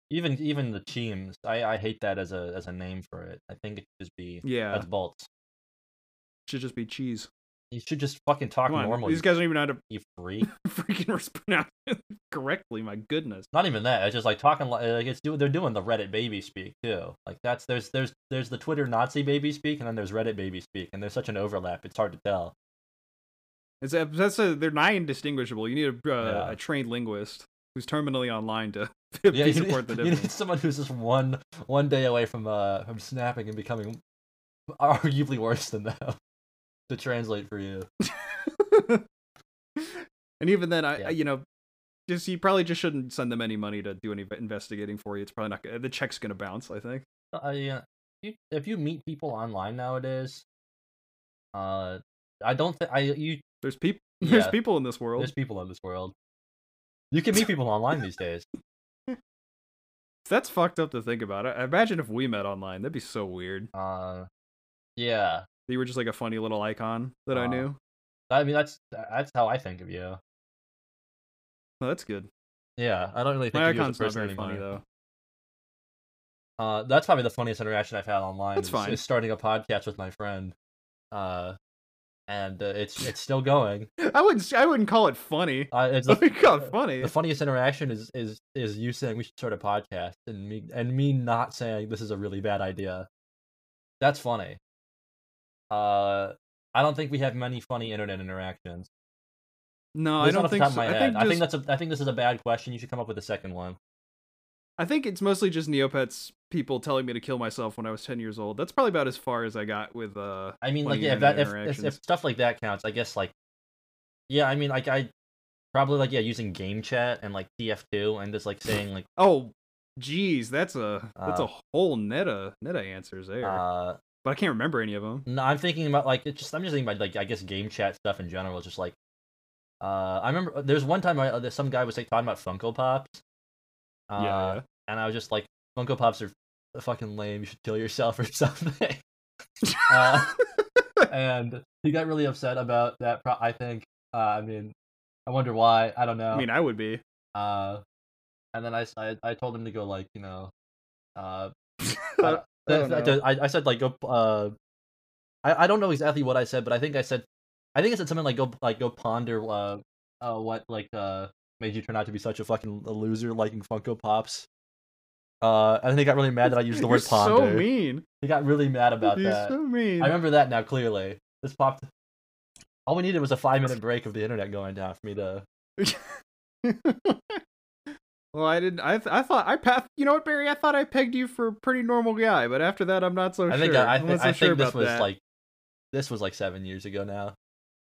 [SPEAKER 2] even even the teams. I I hate that as a as a name for it. I think it should just be
[SPEAKER 1] Yeah,
[SPEAKER 2] that's bolts.
[SPEAKER 1] should just be cheese.
[SPEAKER 2] You should just fucking talk
[SPEAKER 1] Come on,
[SPEAKER 2] normal.
[SPEAKER 1] these
[SPEAKER 2] you-
[SPEAKER 1] guys don't even know how to <laughs>
[SPEAKER 2] you freak.
[SPEAKER 1] freaking pronounce it <laughs> correctly. My goodness.
[SPEAKER 2] Not even that. It's just like talking li- like it's do they're doing the Reddit baby speak too. Like that's there's there's there's the Twitter Nazi baby speak and then there's Reddit baby speak and there's such an overlap. It's hard to tell.
[SPEAKER 1] It's a, that's a, they're nigh indistinguishable. You need a, uh,
[SPEAKER 2] Yeah.
[SPEAKER 1] a trained linguist who's terminally online to, <laughs> <laughs>
[SPEAKER 2] Yeah,
[SPEAKER 1] to
[SPEAKER 2] you
[SPEAKER 1] support the
[SPEAKER 2] need, <laughs> you need
[SPEAKER 1] difference.
[SPEAKER 2] someone who's just one one day away from uh from snapping and becoming arguably worse than them <laughs> to translate for you.
[SPEAKER 1] <laughs> and even then, I,
[SPEAKER 2] Yeah.
[SPEAKER 1] I you know, just you probably just shouldn't send them any money to do any investigating for you. It's probably not gonna, the check's gonna bounce. I think.
[SPEAKER 2] Uh, yeah, you, if you meet people online nowadays, uh, I don't think I you
[SPEAKER 1] There's people. <laughs> There's
[SPEAKER 2] Yeah.
[SPEAKER 1] people in this world.
[SPEAKER 2] there's people in this world. You can meet people online these days.
[SPEAKER 1] That's fucked up to think about. I, I imagine if we met online, that'd be so weird.
[SPEAKER 2] Uh, yeah,
[SPEAKER 1] You were just like a funny little icon that I
[SPEAKER 2] Uh,
[SPEAKER 1] knew.
[SPEAKER 2] I mean that's that's how I think of you.
[SPEAKER 1] Oh, that's good.
[SPEAKER 2] Yeah, I don't really think
[SPEAKER 1] My
[SPEAKER 2] of you as
[SPEAKER 1] icon's
[SPEAKER 2] a
[SPEAKER 1] not
[SPEAKER 2] person
[SPEAKER 1] very
[SPEAKER 2] anymore.
[SPEAKER 1] funny though.
[SPEAKER 2] Uh, that's probably the funniest interaction I've had online.
[SPEAKER 1] That's
[SPEAKER 2] is,
[SPEAKER 1] fine.
[SPEAKER 2] is starting a podcast with my friend, uh, and uh, it's it's still going.
[SPEAKER 1] <laughs> I wouldn't. s- I wouldn't call it funny.
[SPEAKER 2] Uh, it's
[SPEAKER 1] I <laughs>
[SPEAKER 2] the,
[SPEAKER 1] wouldn't call it funny.
[SPEAKER 2] the funniest interaction is is is you saying we should start a podcast and me and me not saying this is a really bad idea. That's funny. Uh, I don't think we have many funny internet interactions.
[SPEAKER 1] No, I
[SPEAKER 2] At least not
[SPEAKER 1] don't
[SPEAKER 2] off the
[SPEAKER 1] think
[SPEAKER 2] top of
[SPEAKER 1] so.
[SPEAKER 2] my
[SPEAKER 1] I
[SPEAKER 2] head.
[SPEAKER 1] think, just,
[SPEAKER 2] that's a I think this is a bad question. You should come up with a second one.
[SPEAKER 1] I think it's mostly just Neopets people telling me to kill myself when I was ten years old. That's probably about as far as I got with uh
[SPEAKER 2] I mean,
[SPEAKER 1] Funny
[SPEAKER 2] like, yeah, if that if,
[SPEAKER 1] internet
[SPEAKER 2] if if
[SPEAKER 1] interactions.
[SPEAKER 2] stuff like that counts, I guess like, yeah, I mean, like I probably like yeah using game chat and like TF2 and just like saying like
[SPEAKER 1] oh geez, that's a that's
[SPEAKER 2] Uh,
[SPEAKER 1] a whole net of net of answers there.
[SPEAKER 2] uh
[SPEAKER 1] but I can't remember any of them.
[SPEAKER 2] no, I'm thinking about like it's just I'm just thinking about like I guess game chat stuff in general. It's just like, uh, I remember there's one time I there's some guy was like talking about Funko Pops, uh,
[SPEAKER 1] yeah, yeah.
[SPEAKER 2] and I was just like Funko Pops are fucking lame. You should kill yourself <laughs> or something. uh, and he got really upset about that. Pro- I think. Uh, I mean, I wonder why. I don't know.
[SPEAKER 1] I mean, I would be.
[SPEAKER 2] Uh, and then I, s- I, I told him to go like you know, uh,
[SPEAKER 1] <laughs> I
[SPEAKER 2] th-
[SPEAKER 1] don't
[SPEAKER 2] th-
[SPEAKER 1] know.
[SPEAKER 2] I, I said like go uh, I, I don't know exactly what I said, but I think I said, I think I said something like go like go ponder uh, uh what like uh made you turn out to be such a fucking a loser liking Funko Pops. Uh, and then he got really
[SPEAKER 1] <laughs>
[SPEAKER 2] mad that I used the word
[SPEAKER 1] You're
[SPEAKER 2] ponder.
[SPEAKER 1] so mean.
[SPEAKER 2] He got really mad about
[SPEAKER 1] You're
[SPEAKER 2] that.
[SPEAKER 1] so mean.
[SPEAKER 2] I remember that now clearly. This popped. All we needed was a five minute break of the internet going down for me to.
[SPEAKER 1] well, I didn't. I th- I thought I pa- You know what, Barry? I thought I pegged you for a pretty normal guy, but after that, I'm not so
[SPEAKER 2] I
[SPEAKER 1] sure.
[SPEAKER 2] think I, I,
[SPEAKER 1] am
[SPEAKER 2] thi-
[SPEAKER 1] not so
[SPEAKER 2] I
[SPEAKER 1] sure
[SPEAKER 2] think this
[SPEAKER 1] about
[SPEAKER 2] was
[SPEAKER 1] that.
[SPEAKER 2] like this was like seven years ago now,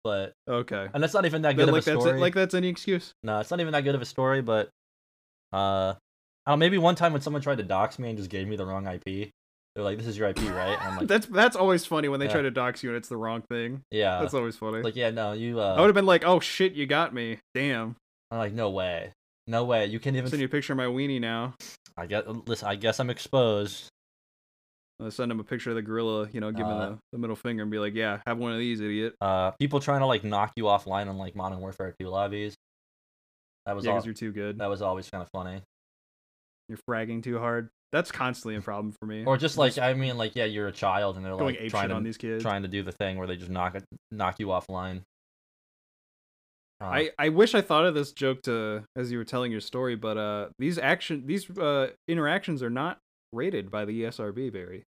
[SPEAKER 2] but
[SPEAKER 1] okay.
[SPEAKER 2] and that's not even that
[SPEAKER 1] Then,
[SPEAKER 2] good
[SPEAKER 1] like
[SPEAKER 2] of a
[SPEAKER 1] that's
[SPEAKER 2] story.
[SPEAKER 1] it, like that's any excuse.
[SPEAKER 2] no, it's not even that good of a story. But uh, I don't, maybe one time when someone tried to dox me and just gave me the wrong IP, they're like, "This is your IP, right?" And I'm
[SPEAKER 1] <laughs>
[SPEAKER 2] like,
[SPEAKER 1] that's that's always funny when they
[SPEAKER 2] Yeah.
[SPEAKER 1] try to dox you and it's the wrong thing.
[SPEAKER 2] "Yeah."
[SPEAKER 1] That's always funny.
[SPEAKER 2] like yeah, no, you.
[SPEAKER 1] I would
[SPEAKER 2] Uh,
[SPEAKER 1] have been like, "Oh shit, you got me! Damn,
[SPEAKER 2] I'm like, no way, no way. You can't
[SPEAKER 1] I'll
[SPEAKER 2] even.
[SPEAKER 1] send you a picture of my weenie now.
[SPEAKER 2] I guess. Listen, I guess I'm exposed.
[SPEAKER 1] I'll send him a picture of the gorilla. You know, give
[SPEAKER 2] Uh,
[SPEAKER 1] him the, the middle finger and be like, "Yeah, have one of these, idiot."
[SPEAKER 2] Uh, people trying to like knock you offline on like Modern Warfare 2 lobbies. That was
[SPEAKER 1] Yeah,
[SPEAKER 2] all.
[SPEAKER 1] because you're too good.
[SPEAKER 2] That was always kind of funny.
[SPEAKER 1] You're fragging too hard. That's constantly a problem for me.
[SPEAKER 2] Or just like I mean, like yeah, you're a child and they're
[SPEAKER 1] going
[SPEAKER 2] like
[SPEAKER 1] ape
[SPEAKER 2] trying
[SPEAKER 1] shit
[SPEAKER 2] to
[SPEAKER 1] on these kids.
[SPEAKER 2] trying to do the thing where they just knock it, knock you offline. Uh,
[SPEAKER 1] I, I wish I thought of this joke to as you were telling your story, but uh, these action these uh, interactions are not rated by the E ESRB, Barry.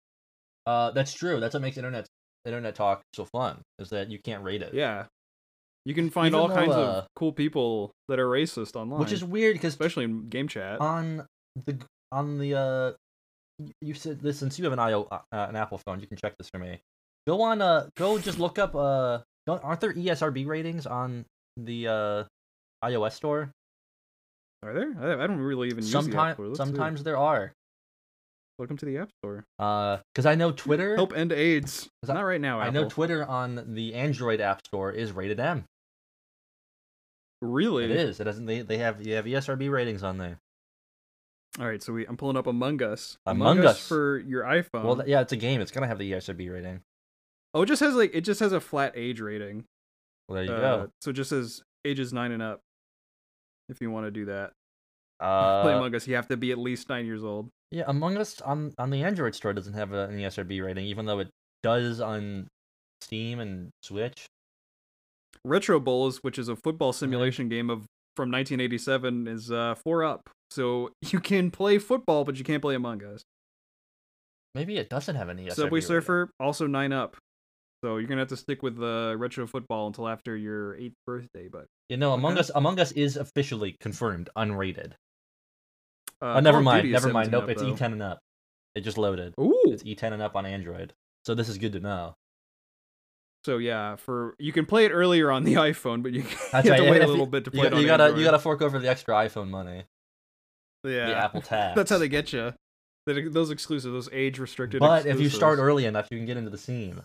[SPEAKER 2] uh, that's true. That's what makes internet internet talk so fun is that you can't rate it.
[SPEAKER 1] Yeah, you can find
[SPEAKER 2] Even
[SPEAKER 1] all
[SPEAKER 2] though,
[SPEAKER 1] kinds
[SPEAKER 2] uh,
[SPEAKER 1] of cool people that are racist online,
[SPEAKER 2] which is Uh, weird because
[SPEAKER 1] especially in game chat.
[SPEAKER 2] <laughs> on the g- on the uh, y- you said this since you have an IO uh, an Apple phone, you can check this for me. Go on uh, go just look up uh, don't, aren't there ESRB ratings on the uh iOS store?
[SPEAKER 1] are there? I, I don't really even use the App Store.
[SPEAKER 2] Sometimes
[SPEAKER 1] Let's see.
[SPEAKER 2] sometimes there are.
[SPEAKER 1] welcome to the App Store.
[SPEAKER 2] Uh, because I know Twitter.
[SPEAKER 1] Help end AIDS.
[SPEAKER 2] Is that-
[SPEAKER 1] Not right now.
[SPEAKER 2] I
[SPEAKER 1] Oh,
[SPEAKER 2] know
[SPEAKER 1] Apple.
[SPEAKER 2] Twitter on the Android App Store is rated M.
[SPEAKER 1] really.
[SPEAKER 2] It is. It doesn't. They, they have you have E ESRB ratings on there.
[SPEAKER 1] All right, so we I'm pulling up Among Us.
[SPEAKER 2] Among Us.
[SPEAKER 1] for your iPhone.
[SPEAKER 2] well, E th- yeah, it's a game. It's gonna have the ESRB rating.
[SPEAKER 1] Oh, it just has like it just has a flat age rating.
[SPEAKER 2] Well, there you
[SPEAKER 1] Uh, So it just says ages nine and up. If you want to do that, <laughs>
[SPEAKER 2] go.
[SPEAKER 1] play
[SPEAKER 2] Uh,
[SPEAKER 1] Among Us, you have to be at least nine years old.
[SPEAKER 2] yeah, Among Us on on the Android store doesn't have a, an E ESRB rating, even though it does on Steam and Switch.
[SPEAKER 1] Retro Bowls, which is a football
[SPEAKER 2] Mm-hmm.
[SPEAKER 1] simulation game of from 1987, is uh, four up. So <laughs> you can play football, but you can't play Among Us.
[SPEAKER 2] Maybe it doesn't have an E ESRB.
[SPEAKER 1] Subway
[SPEAKER 2] rating.
[SPEAKER 1] Surfer also nine up. So you're gonna have to stick with uh, retro football until after your eighth birthday. But
[SPEAKER 2] You know, Among
[SPEAKER 1] Okay.
[SPEAKER 2] Us Among Us is officially confirmed unrated.
[SPEAKER 1] uh,
[SPEAKER 2] oh, never
[SPEAKER 1] Call of
[SPEAKER 2] mind.
[SPEAKER 1] Duty is
[SPEAKER 2] Never mind.
[SPEAKER 1] 17
[SPEAKER 2] Nope,
[SPEAKER 1] up,
[SPEAKER 2] it's E
[SPEAKER 1] though.
[SPEAKER 2] E10 and up. It just loaded.
[SPEAKER 1] Ooh,
[SPEAKER 2] It's E10 and up on Android. So this is good to know.
[SPEAKER 1] so yeah, for you can play it earlier on the <laughs> iPhone, but you, you have
[SPEAKER 2] right,
[SPEAKER 1] to wait
[SPEAKER 2] if
[SPEAKER 1] a
[SPEAKER 2] you-
[SPEAKER 1] little bit to
[SPEAKER 2] You,
[SPEAKER 1] play it
[SPEAKER 2] got-
[SPEAKER 1] on
[SPEAKER 2] you gotta
[SPEAKER 1] Android.
[SPEAKER 2] you gotta fork over the extra iPhone money. The
[SPEAKER 1] yeah, <laughs>
[SPEAKER 2] Apple tax.
[SPEAKER 1] that's how they get you. Those exclusive, those age restricted.
[SPEAKER 2] But if you start early enough, you can get into the scene.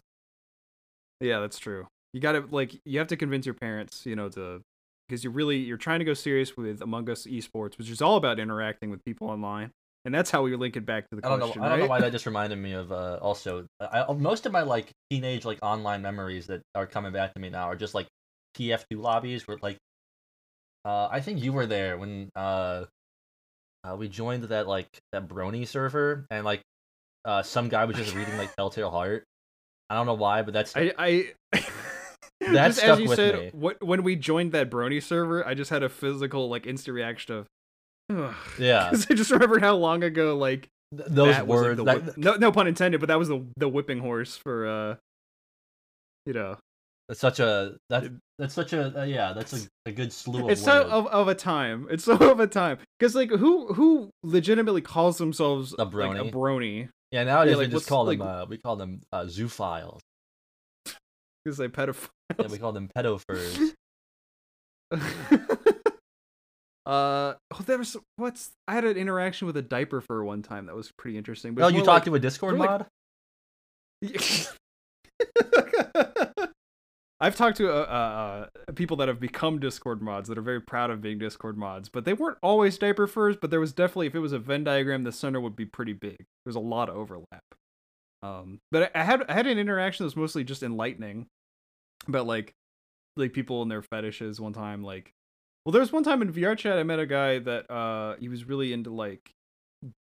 [SPEAKER 1] Yeah, that's true. You got to like you have to convince your parents, you know, to because you really you're trying to go serious with Among Us esports, which is all about interacting with people online, and that's how we link it back to the
[SPEAKER 2] I don't know.
[SPEAKER 1] question,
[SPEAKER 2] I don't know
[SPEAKER 1] right? <laughs>
[SPEAKER 2] why that just reminded me of. Uh, also, I, I- most of my like teenage like online memories that are coming back to me now are just like TF2 lobbies where like, uh, I think you were there when uh, uh, we joined that like that Brony server and like, uh, some guy was just reading
[SPEAKER 1] <laughs>
[SPEAKER 2] like Telltale Heart. I don't know why, but that's
[SPEAKER 1] I, I <laughs>
[SPEAKER 2] That
[SPEAKER 1] just
[SPEAKER 2] stuck
[SPEAKER 1] as you
[SPEAKER 2] with
[SPEAKER 1] said,
[SPEAKER 2] me.
[SPEAKER 1] what when we joined that Brony server, I just had a physical like instant reaction of. Ugh. <laughs>
[SPEAKER 2] yeah.
[SPEAKER 1] 'Cause I just remembered how long ago, like
[SPEAKER 2] th- those
[SPEAKER 1] that
[SPEAKER 2] words.
[SPEAKER 1] was, like, the
[SPEAKER 2] that-
[SPEAKER 1] whip- no, no pun intended, but that was the the whipping horse for, uh, you know,
[SPEAKER 2] that's such a that's that's such a uh, yeah. That's a, a good slew of
[SPEAKER 1] it's so
[SPEAKER 2] words.
[SPEAKER 1] of, of a time. It's <laughs> so of a time because like who who legitimately calls themselves
[SPEAKER 2] A
[SPEAKER 1] Like,
[SPEAKER 2] brony.
[SPEAKER 1] a brony
[SPEAKER 2] yeah, nowadays
[SPEAKER 1] like,
[SPEAKER 2] we
[SPEAKER 1] what's-
[SPEAKER 2] just call them
[SPEAKER 1] like-
[SPEAKER 2] uh, we call them uh, zoophiles.
[SPEAKER 1] because they pedophile.
[SPEAKER 2] Yeah, <laughs> we call them pedophers.
[SPEAKER 1] <laughs> uh, oh, there was what's I had an interaction with a diaper fur one time that was pretty interesting. But
[SPEAKER 2] Oh,
[SPEAKER 1] it's
[SPEAKER 2] you
[SPEAKER 1] more
[SPEAKER 2] talked
[SPEAKER 1] like-
[SPEAKER 2] to a Discord
[SPEAKER 1] it's more like-
[SPEAKER 2] mod?
[SPEAKER 1] <laughs> I've talked to uh, uh, people that have become Discord mods that are very proud of being Discord mods, but they weren't always diaper furs. But there was definitely, if it was a Venn diagram, the center would be pretty big. There's a lot of overlap. Um, but I I had I had an interaction that was mostly just enlightening about like like people and their fetishes. One time, like, well, there was one time in VR chat I met a guy that uh he was really into like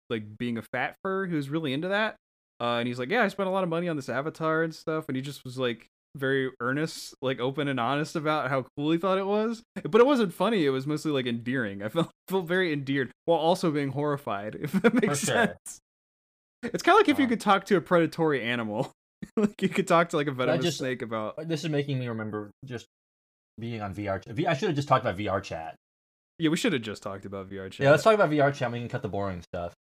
[SPEAKER 1] like being a fat fur. He was really into that, uh, and he's like, "Yeah, I spent a lot of money on this avatar and stuff," and he just was like very earnest, like open and honest about how cool he thought it was. But it wasn't funny; it was mostly like endearing. I felt <laughs> felt very endeared while also being horrified. If that makes
[SPEAKER 2] sure.
[SPEAKER 1] sense, it's kind of like if you
[SPEAKER 2] Wow.
[SPEAKER 1] could talk to a predatory animal, <laughs> like you could talk to like a venomous
[SPEAKER 2] just-
[SPEAKER 1] snake about.
[SPEAKER 2] Oh, This is making me remember just being on VR. Ch- V- I should have just talked about VR chat.
[SPEAKER 1] Yeah, we should have just talked about VR chat.
[SPEAKER 2] Yeah, let's talk about VR chat. We can cut the boring stuff.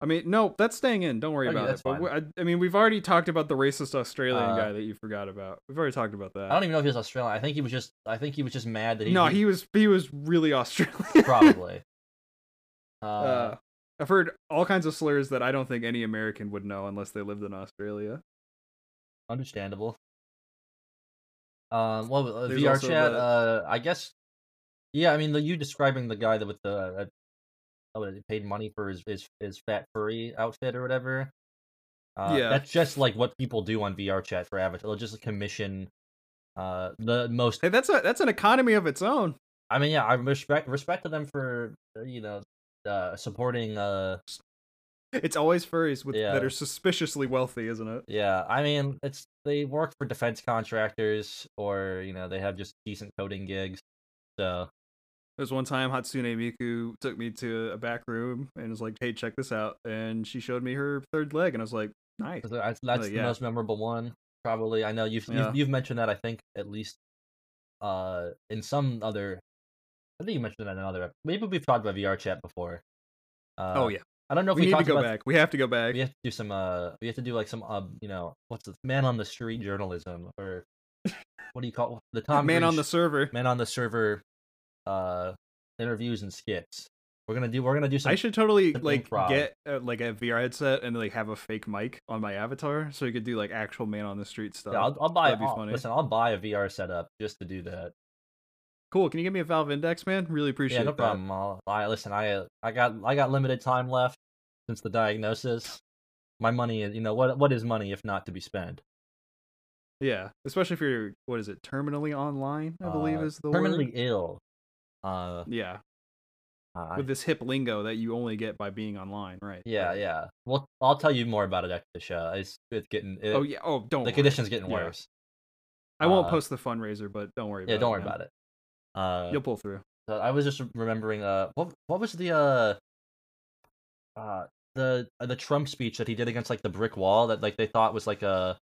[SPEAKER 1] I mean, no, that's staying in. Don't worry
[SPEAKER 2] Okay,
[SPEAKER 1] about
[SPEAKER 2] that's
[SPEAKER 1] it. But
[SPEAKER 2] fine.
[SPEAKER 1] we- I, I mean, we've already talked about the racist Australian
[SPEAKER 2] Uh,
[SPEAKER 1] guy that you forgot about. We've already talked about that.
[SPEAKER 2] I don't even know if he was Australian. I think he was just. I think he was just mad that he.
[SPEAKER 1] no, he was he was really <laughs> Australian.
[SPEAKER 2] <laughs> probably. Uh,
[SPEAKER 1] <laughs> Uh, I've heard all kinds of slurs that I don't think any American would know unless they lived in Australia.
[SPEAKER 2] understandable. Um, well, uh,
[SPEAKER 1] There's
[SPEAKER 2] VR
[SPEAKER 1] also
[SPEAKER 2] chat.
[SPEAKER 1] the-
[SPEAKER 2] Uh, I guess. Yeah, I mean, the, you describing the guy that with the uh, oh, that paid money for his, his his fat furry outfit or whatever. Uh,
[SPEAKER 1] Yeah.
[SPEAKER 2] that's just like what people do on VR chat for avatar. They'll just commission uh the most.
[SPEAKER 1] Hey, that's a that's an economy of its own.
[SPEAKER 2] I mean, yeah, I respect respect to them for uh, you know uh supporting uh
[SPEAKER 1] It's always furries with that
[SPEAKER 2] Yeah.
[SPEAKER 1] are suspiciously wealthy, isn't it?
[SPEAKER 2] Yeah, I mean, it's they work for defense contractors, or you know, they have just decent coding gigs. So
[SPEAKER 1] There's one time Hatsune Miku took me to a back room and was like, "Hey, check this out," and she showed me her third leg, and I was like, "Nice."
[SPEAKER 2] so that's, that's
[SPEAKER 1] Oh, yeah.
[SPEAKER 2] the most memorable one, probably. I know you've,
[SPEAKER 1] Yeah.
[SPEAKER 2] you've you've mentioned that I think at least, uh, in some other. I think you mentioned that in another. ep- Maybe we've talked about VR chat before. Uh,
[SPEAKER 1] oh yeah,
[SPEAKER 2] I don't know if
[SPEAKER 1] we,
[SPEAKER 2] we,
[SPEAKER 1] need to
[SPEAKER 2] talked
[SPEAKER 1] go
[SPEAKER 2] about
[SPEAKER 1] back. We have to go back.
[SPEAKER 2] we have to do some uh we have to do like some uh you know what's the man on the street journalism or what do you call the Tom
[SPEAKER 1] <laughs> Man on
[SPEAKER 2] Green
[SPEAKER 1] the
[SPEAKER 2] sh-
[SPEAKER 1] server.
[SPEAKER 2] men on the server uh interviews and skits. We're gonna do we're gonna do some
[SPEAKER 1] I should totally
[SPEAKER 2] some
[SPEAKER 1] like
[SPEAKER 2] improv.
[SPEAKER 1] get uh, like a VR headset and like have a fake mic on my avatar, so you could do like actual man on the street stuff.
[SPEAKER 2] yeah, I'll, I'll buy
[SPEAKER 1] that'd be
[SPEAKER 2] I'll-
[SPEAKER 1] funny.
[SPEAKER 2] listen, I'll buy a VR setup just to do that.
[SPEAKER 1] Cool. Can you give me a Valve Index, man? Really appreciate
[SPEAKER 2] yeah, no
[SPEAKER 1] that.
[SPEAKER 2] problem. I'll, I listen, I uh, I got I got limited time left since the diagnosis. My money is you know what what is money if not to be spent.
[SPEAKER 1] Yeah, especially if you're what is it, terminally online? I believe
[SPEAKER 2] Uh,
[SPEAKER 1] is the
[SPEAKER 2] Permanently
[SPEAKER 1] word.
[SPEAKER 2] ill. Uh,
[SPEAKER 1] Yeah,
[SPEAKER 2] I-
[SPEAKER 1] with this hip lingo that you only get by being online, right?
[SPEAKER 2] yeah,
[SPEAKER 1] right.
[SPEAKER 2] yeah. Well, I'll tell you more about it after the show. It's, it's getting. It,
[SPEAKER 1] Oh yeah. Oh, don't.
[SPEAKER 2] The
[SPEAKER 1] worry.
[SPEAKER 2] condition's getting
[SPEAKER 1] Yeah.
[SPEAKER 2] worse.
[SPEAKER 1] I won't
[SPEAKER 2] uh,
[SPEAKER 1] post the fundraiser, but don't worry.
[SPEAKER 2] Yeah,
[SPEAKER 1] about
[SPEAKER 2] don't
[SPEAKER 1] it,
[SPEAKER 2] worry
[SPEAKER 1] man.
[SPEAKER 2] about it. Uh,
[SPEAKER 1] You'll pull through.
[SPEAKER 2] So I was just remembering uh what what was the uh uh the uh, the Trump speech that he did against like the brick wall that like they thought was like a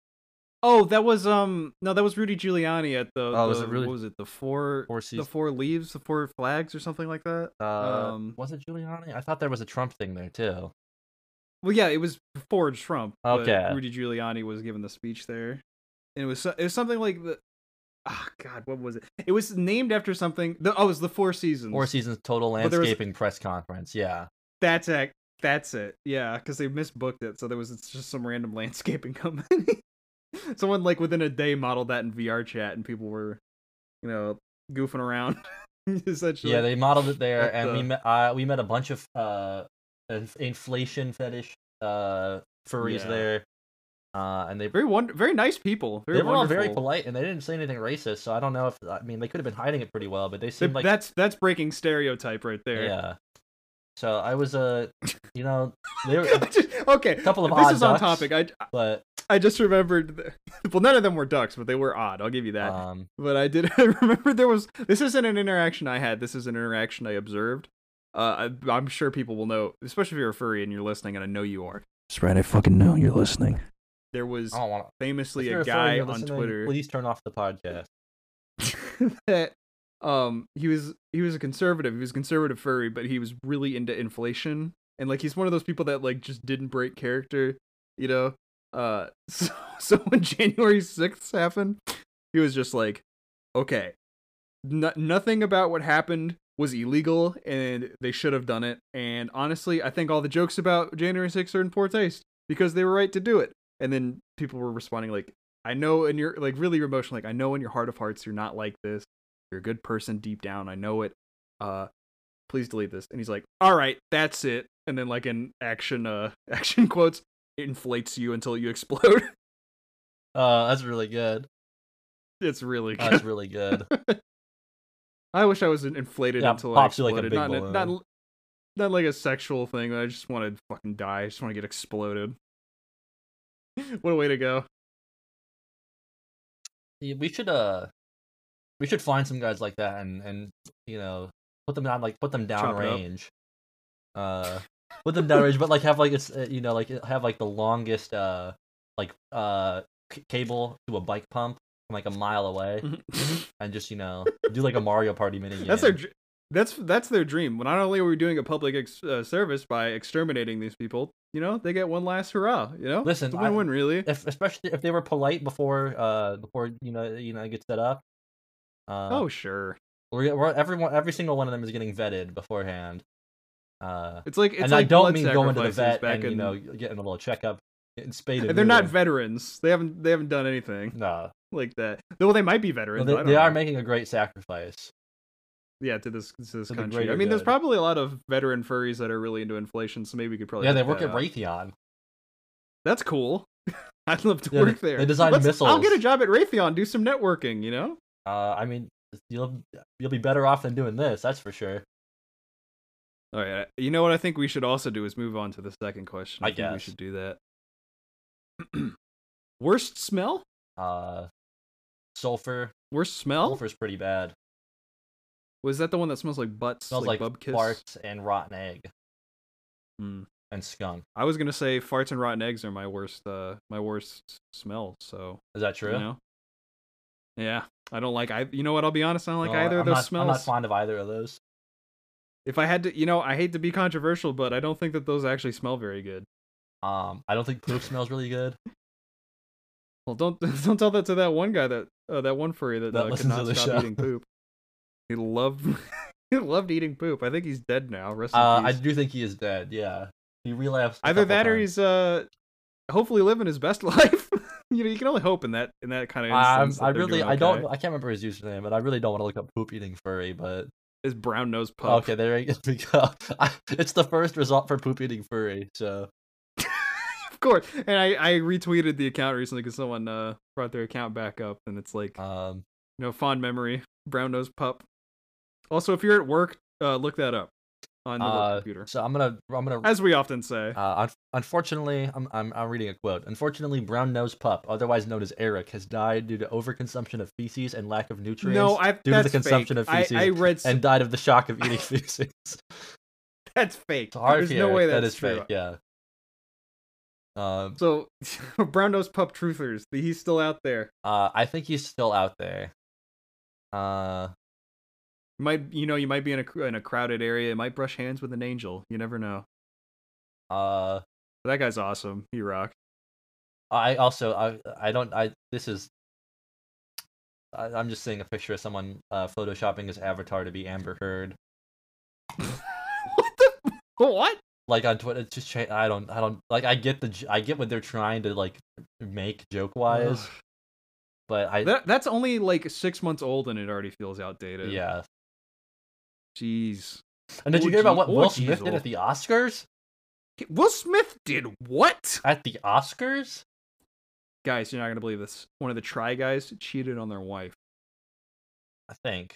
[SPEAKER 1] Oh, that was um no, that was Rudy Giuliani at the.
[SPEAKER 2] Oh, was
[SPEAKER 1] the-
[SPEAKER 2] it really-
[SPEAKER 1] What was it? The four.
[SPEAKER 2] four
[SPEAKER 1] The
[SPEAKER 2] seasons.
[SPEAKER 1] four leaves, the four flags, or something like that.
[SPEAKER 2] uh,
[SPEAKER 1] um,
[SPEAKER 2] was it Giuliani? I thought there was a Trump thing there too.
[SPEAKER 1] Well, yeah, it was before Trump. but
[SPEAKER 2] Okay.
[SPEAKER 1] Rudy Giuliani was giving the speech there, and it was so- it was something like the. Ah, God, what was it? It was named after something. The, oh, it was the Four Seasons.
[SPEAKER 2] Four seasons total
[SPEAKER 1] But there was-
[SPEAKER 2] landscaping press conference. Yeah.
[SPEAKER 1] That's it. That's it. Yeah, because they misbooked it, so there was it's just some random <laughs> landscaping company. Someone like within a day modeled that in VR chat, and people were, you know, goofing around. <laughs> essentially.
[SPEAKER 2] Yeah, they modeled it there,
[SPEAKER 1] At
[SPEAKER 2] and we
[SPEAKER 1] the-
[SPEAKER 2] met. Uh, we met a bunch of uh, inf- inflation fetish uh furries
[SPEAKER 1] Yeah.
[SPEAKER 2] there, uh, and they
[SPEAKER 1] very wonder, very nice people. Very
[SPEAKER 2] they were all very
[SPEAKER 1] wonderful.
[SPEAKER 2] polite, and they didn't say anything racist. So I don't know if I mean they could have been hiding it pretty well, but they
[SPEAKER 1] They-
[SPEAKER 2] seemed like
[SPEAKER 1] that's that's breaking stereotype right there. <laughs>
[SPEAKER 2] Yeah. So I was uh, you know, they were,
[SPEAKER 1] okay.
[SPEAKER 2] Couple of
[SPEAKER 1] this
[SPEAKER 2] odd
[SPEAKER 1] is on
[SPEAKER 2] ducks.
[SPEAKER 1] topic. I
[SPEAKER 2] but
[SPEAKER 1] I just remembered. The, <laughs> well, none of them were ducks, but they were odd. I'll give you that.
[SPEAKER 2] um,
[SPEAKER 1] but I did <laughs> I remember there was. This isn't an interaction I had. This is an interaction I observed. Uh, I, I'm sure people will know, especially if you're a furry and you're listening, and I know you are.
[SPEAKER 7] That's right. I fucking know you're listening.
[SPEAKER 1] There was
[SPEAKER 2] I don't want
[SPEAKER 1] famously a guy on Twitter
[SPEAKER 2] Please turn off the podcast.
[SPEAKER 1] <laughs> that um he was he was a conservative. He was a conservative furry, but he was really into inflation. And like he's one of those people that like just didn't break character, you know. Uh <laughs> so, so when January 6th happened, he was just like, "Okay, no- nothing about what happened was illegal and they should have done it. And honestly, I think all the jokes about January 6th are in poor taste because they were right to do it." And then people were responding like, I know in your like really emotional, like I know in your heart of hearts you're not like this. You're a good person deep down. I know it. Uh please delete this. And he's like, All right, that's it. And then like in action uh <laughs> action quotes, it inflates you until you explode. <laughs>
[SPEAKER 2] Uh, that's really good.
[SPEAKER 1] it's really good.
[SPEAKER 2] That's really good.
[SPEAKER 1] I wish I was in- inflated
[SPEAKER 2] Yeah,
[SPEAKER 1] until I
[SPEAKER 2] pops you like a
[SPEAKER 1] exploded.
[SPEAKER 2] big
[SPEAKER 1] not, in a- not
[SPEAKER 2] balloon.
[SPEAKER 1] l- not like a sexual thing. I just want to fucking die. I just want to get exploded. <laughs> what a way to
[SPEAKER 2] <laughs>
[SPEAKER 1] go.
[SPEAKER 2] Yeah, we should uh, we should find some guys like that and and you know put them down like put them down
[SPEAKER 1] Chop it up.
[SPEAKER 2] range. Uh, put them down range, but like have like it's uh, you know like have like the longest uh like uh c- cable to a bike pump from like a mile away. and just you know do like a Mario Party mini game.
[SPEAKER 1] Mm. That's their dr- that's that's their dream. Well, not only are we doing a public ex- uh, service by exterminating these people, you know, they get one last hurrah. You know,
[SPEAKER 2] Listen,
[SPEAKER 1] it's a
[SPEAKER 2] I-
[SPEAKER 1] win-win, really.
[SPEAKER 2] if, especially if they were polite before uh before you know you know it gets set up. Uh,
[SPEAKER 1] oh sure,
[SPEAKER 2] we're, we're everyone every single one of them is getting vetted beforehand. Uh,
[SPEAKER 1] it's like it's
[SPEAKER 2] and
[SPEAKER 1] like
[SPEAKER 2] I don't
[SPEAKER 1] blood
[SPEAKER 2] mean going to the
[SPEAKER 1] sacrifices
[SPEAKER 2] vet
[SPEAKER 1] back
[SPEAKER 2] and
[SPEAKER 1] in,
[SPEAKER 2] you know getting a little checkup, getting spayed.
[SPEAKER 1] and they're not
[SPEAKER 2] neutered.
[SPEAKER 1] veterans. They haven't they haven't done anything
[SPEAKER 2] No,
[SPEAKER 1] like that. Well, they might be
[SPEAKER 2] Well,
[SPEAKER 1] veterans. I
[SPEAKER 2] they,
[SPEAKER 1] don't
[SPEAKER 2] they are
[SPEAKER 1] know.
[SPEAKER 2] making a great sacrifice.
[SPEAKER 1] yeah to this to this
[SPEAKER 2] to the
[SPEAKER 1] country. I
[SPEAKER 2] greater
[SPEAKER 1] mean, there's
[SPEAKER 2] good.
[SPEAKER 1] probably a lot of veteran furries that are really into inflation, so maybe we could probably
[SPEAKER 2] yeah, they
[SPEAKER 1] look
[SPEAKER 2] work
[SPEAKER 1] that
[SPEAKER 2] at
[SPEAKER 1] up.
[SPEAKER 2] Raytheon.
[SPEAKER 1] That's cool. <laughs> I'd love to
[SPEAKER 2] Yeah,
[SPEAKER 1] work
[SPEAKER 2] they-
[SPEAKER 1] there.
[SPEAKER 2] they design
[SPEAKER 1] Let's- I'll
[SPEAKER 2] missiles.
[SPEAKER 1] get a job at Raytheon, do some networking. You know,
[SPEAKER 2] Uh, I mean, you'll you'll be better off than doing this. That's for sure.
[SPEAKER 1] All right. You know what I think we should also do is move on to the second question.
[SPEAKER 2] I
[SPEAKER 1] think we
[SPEAKER 2] guess.
[SPEAKER 1] should do that. <clears throat> Worst smell?
[SPEAKER 2] Uh, sulfur,
[SPEAKER 1] Worst smell?
[SPEAKER 2] sulfur's pretty bad.
[SPEAKER 1] Was that the one that smells like butts?
[SPEAKER 2] smells like,
[SPEAKER 1] bub kiss?
[SPEAKER 2] farts and rotten egg
[SPEAKER 1] Mm.
[SPEAKER 2] and skunk.
[SPEAKER 1] I was gonna say farts and rotten eggs are my worst. Uh, my worst s- smell. So
[SPEAKER 2] Is that true?
[SPEAKER 1] you know. Yeah, I don't like. I you know what? I'll be honest. I don't like
[SPEAKER 2] No,
[SPEAKER 1] either
[SPEAKER 2] I'm
[SPEAKER 1] of those
[SPEAKER 2] not,
[SPEAKER 1] smells.
[SPEAKER 2] I'm not fond of either of those.
[SPEAKER 1] If I had to, you know, I hate to be controversial, but I don't think that those actually smell very good.
[SPEAKER 2] Um, I don't think poop smells
[SPEAKER 1] <laughs>
[SPEAKER 2] really good.
[SPEAKER 1] Well, don't <laughs> don't tell that to that one guy that uh, that one furry that,
[SPEAKER 2] That
[SPEAKER 1] uh, could
[SPEAKER 2] listens to
[SPEAKER 1] not
[SPEAKER 2] the
[SPEAKER 1] stop
[SPEAKER 2] show.
[SPEAKER 1] eating poop. He loved <laughs> he loved eating poop. I think he's dead now. Rest in
[SPEAKER 2] Uh, I
[SPEAKER 1] peace.
[SPEAKER 2] do think he is dead. Yeah, he relapsed. a
[SPEAKER 1] Either
[SPEAKER 2] couple
[SPEAKER 1] that or
[SPEAKER 2] times.
[SPEAKER 1] he's uh hopefully living his best <laughs> life. you know, you can only hope in that in that kind of
[SPEAKER 2] Um,
[SPEAKER 1] instance. that
[SPEAKER 2] I
[SPEAKER 1] they're
[SPEAKER 2] really,
[SPEAKER 1] doing
[SPEAKER 2] I don't,
[SPEAKER 1] okay.
[SPEAKER 2] I can't remember his username, but I really don't want to look up poop eating furry. But
[SPEAKER 1] His brown nose pup.
[SPEAKER 2] okay, <laughs> there we go. I, it's the first result for poop eating furry. So
[SPEAKER 1] <laughs> of course. And I, I retweeted the account recently because someone uh, brought their account back up, and it's like
[SPEAKER 2] Um,
[SPEAKER 1] you know fond memory, brown nose pup. Also, if you're at work, uh, look that up on the work
[SPEAKER 2] Uh,
[SPEAKER 1] computer,
[SPEAKER 2] so I'm gonna I'm gonna
[SPEAKER 1] as we often say.
[SPEAKER 2] Uh, un- unfortunately, I'm, I'm, I'm reading a quote. Unfortunately, brown nosed pup, otherwise known as Eric, has died due to overconsumption of feces and lack of nutrients
[SPEAKER 1] no, I
[SPEAKER 2] due to
[SPEAKER 1] that's
[SPEAKER 2] the consumption
[SPEAKER 1] fake.
[SPEAKER 2] of feces
[SPEAKER 1] I, I read s-
[SPEAKER 2] and died of the shock of eating <laughs> feces.
[SPEAKER 1] that's fake.
[SPEAKER 2] Sorry,
[SPEAKER 1] There's no way that's
[SPEAKER 2] Eric, that is
[SPEAKER 1] true.
[SPEAKER 2] fake, yeah. Um,
[SPEAKER 1] So, <laughs> brown nose pup truthers, he's still out there.
[SPEAKER 2] uh, I think he's still out there. Uh,
[SPEAKER 1] Might you know you might be in a cr- in a crowded area. Might brush hands with an angel. You never know.
[SPEAKER 2] uh,
[SPEAKER 1] That guy's awesome. He rock. <laughs>
[SPEAKER 2] I also I I don't I this is I, I'm just seeing a picture of someone uh, photoshopping his avatar to be Amber Heard.
[SPEAKER 1] what the what?
[SPEAKER 2] Like on Twitter, it's just cha- I don't I don't like I get the j- I get what they're trying to like make joke wise,
[SPEAKER 1] Ugh.
[SPEAKER 2] but I
[SPEAKER 1] That, that's only like six months old and it already feels outdated.
[SPEAKER 2] yeah.
[SPEAKER 1] Jeez.
[SPEAKER 2] And did
[SPEAKER 1] Oh,
[SPEAKER 2] you hear about
[SPEAKER 1] gee-
[SPEAKER 2] what
[SPEAKER 1] oh,
[SPEAKER 2] Will Smith did
[SPEAKER 1] Jeezel.
[SPEAKER 2] at the Oscars?
[SPEAKER 1] Will Smith did what?
[SPEAKER 2] At the Oscars?
[SPEAKER 1] Guys, you're not gonna believe this. One of the try guys cheated on their wife. <laughs>
[SPEAKER 2] I think.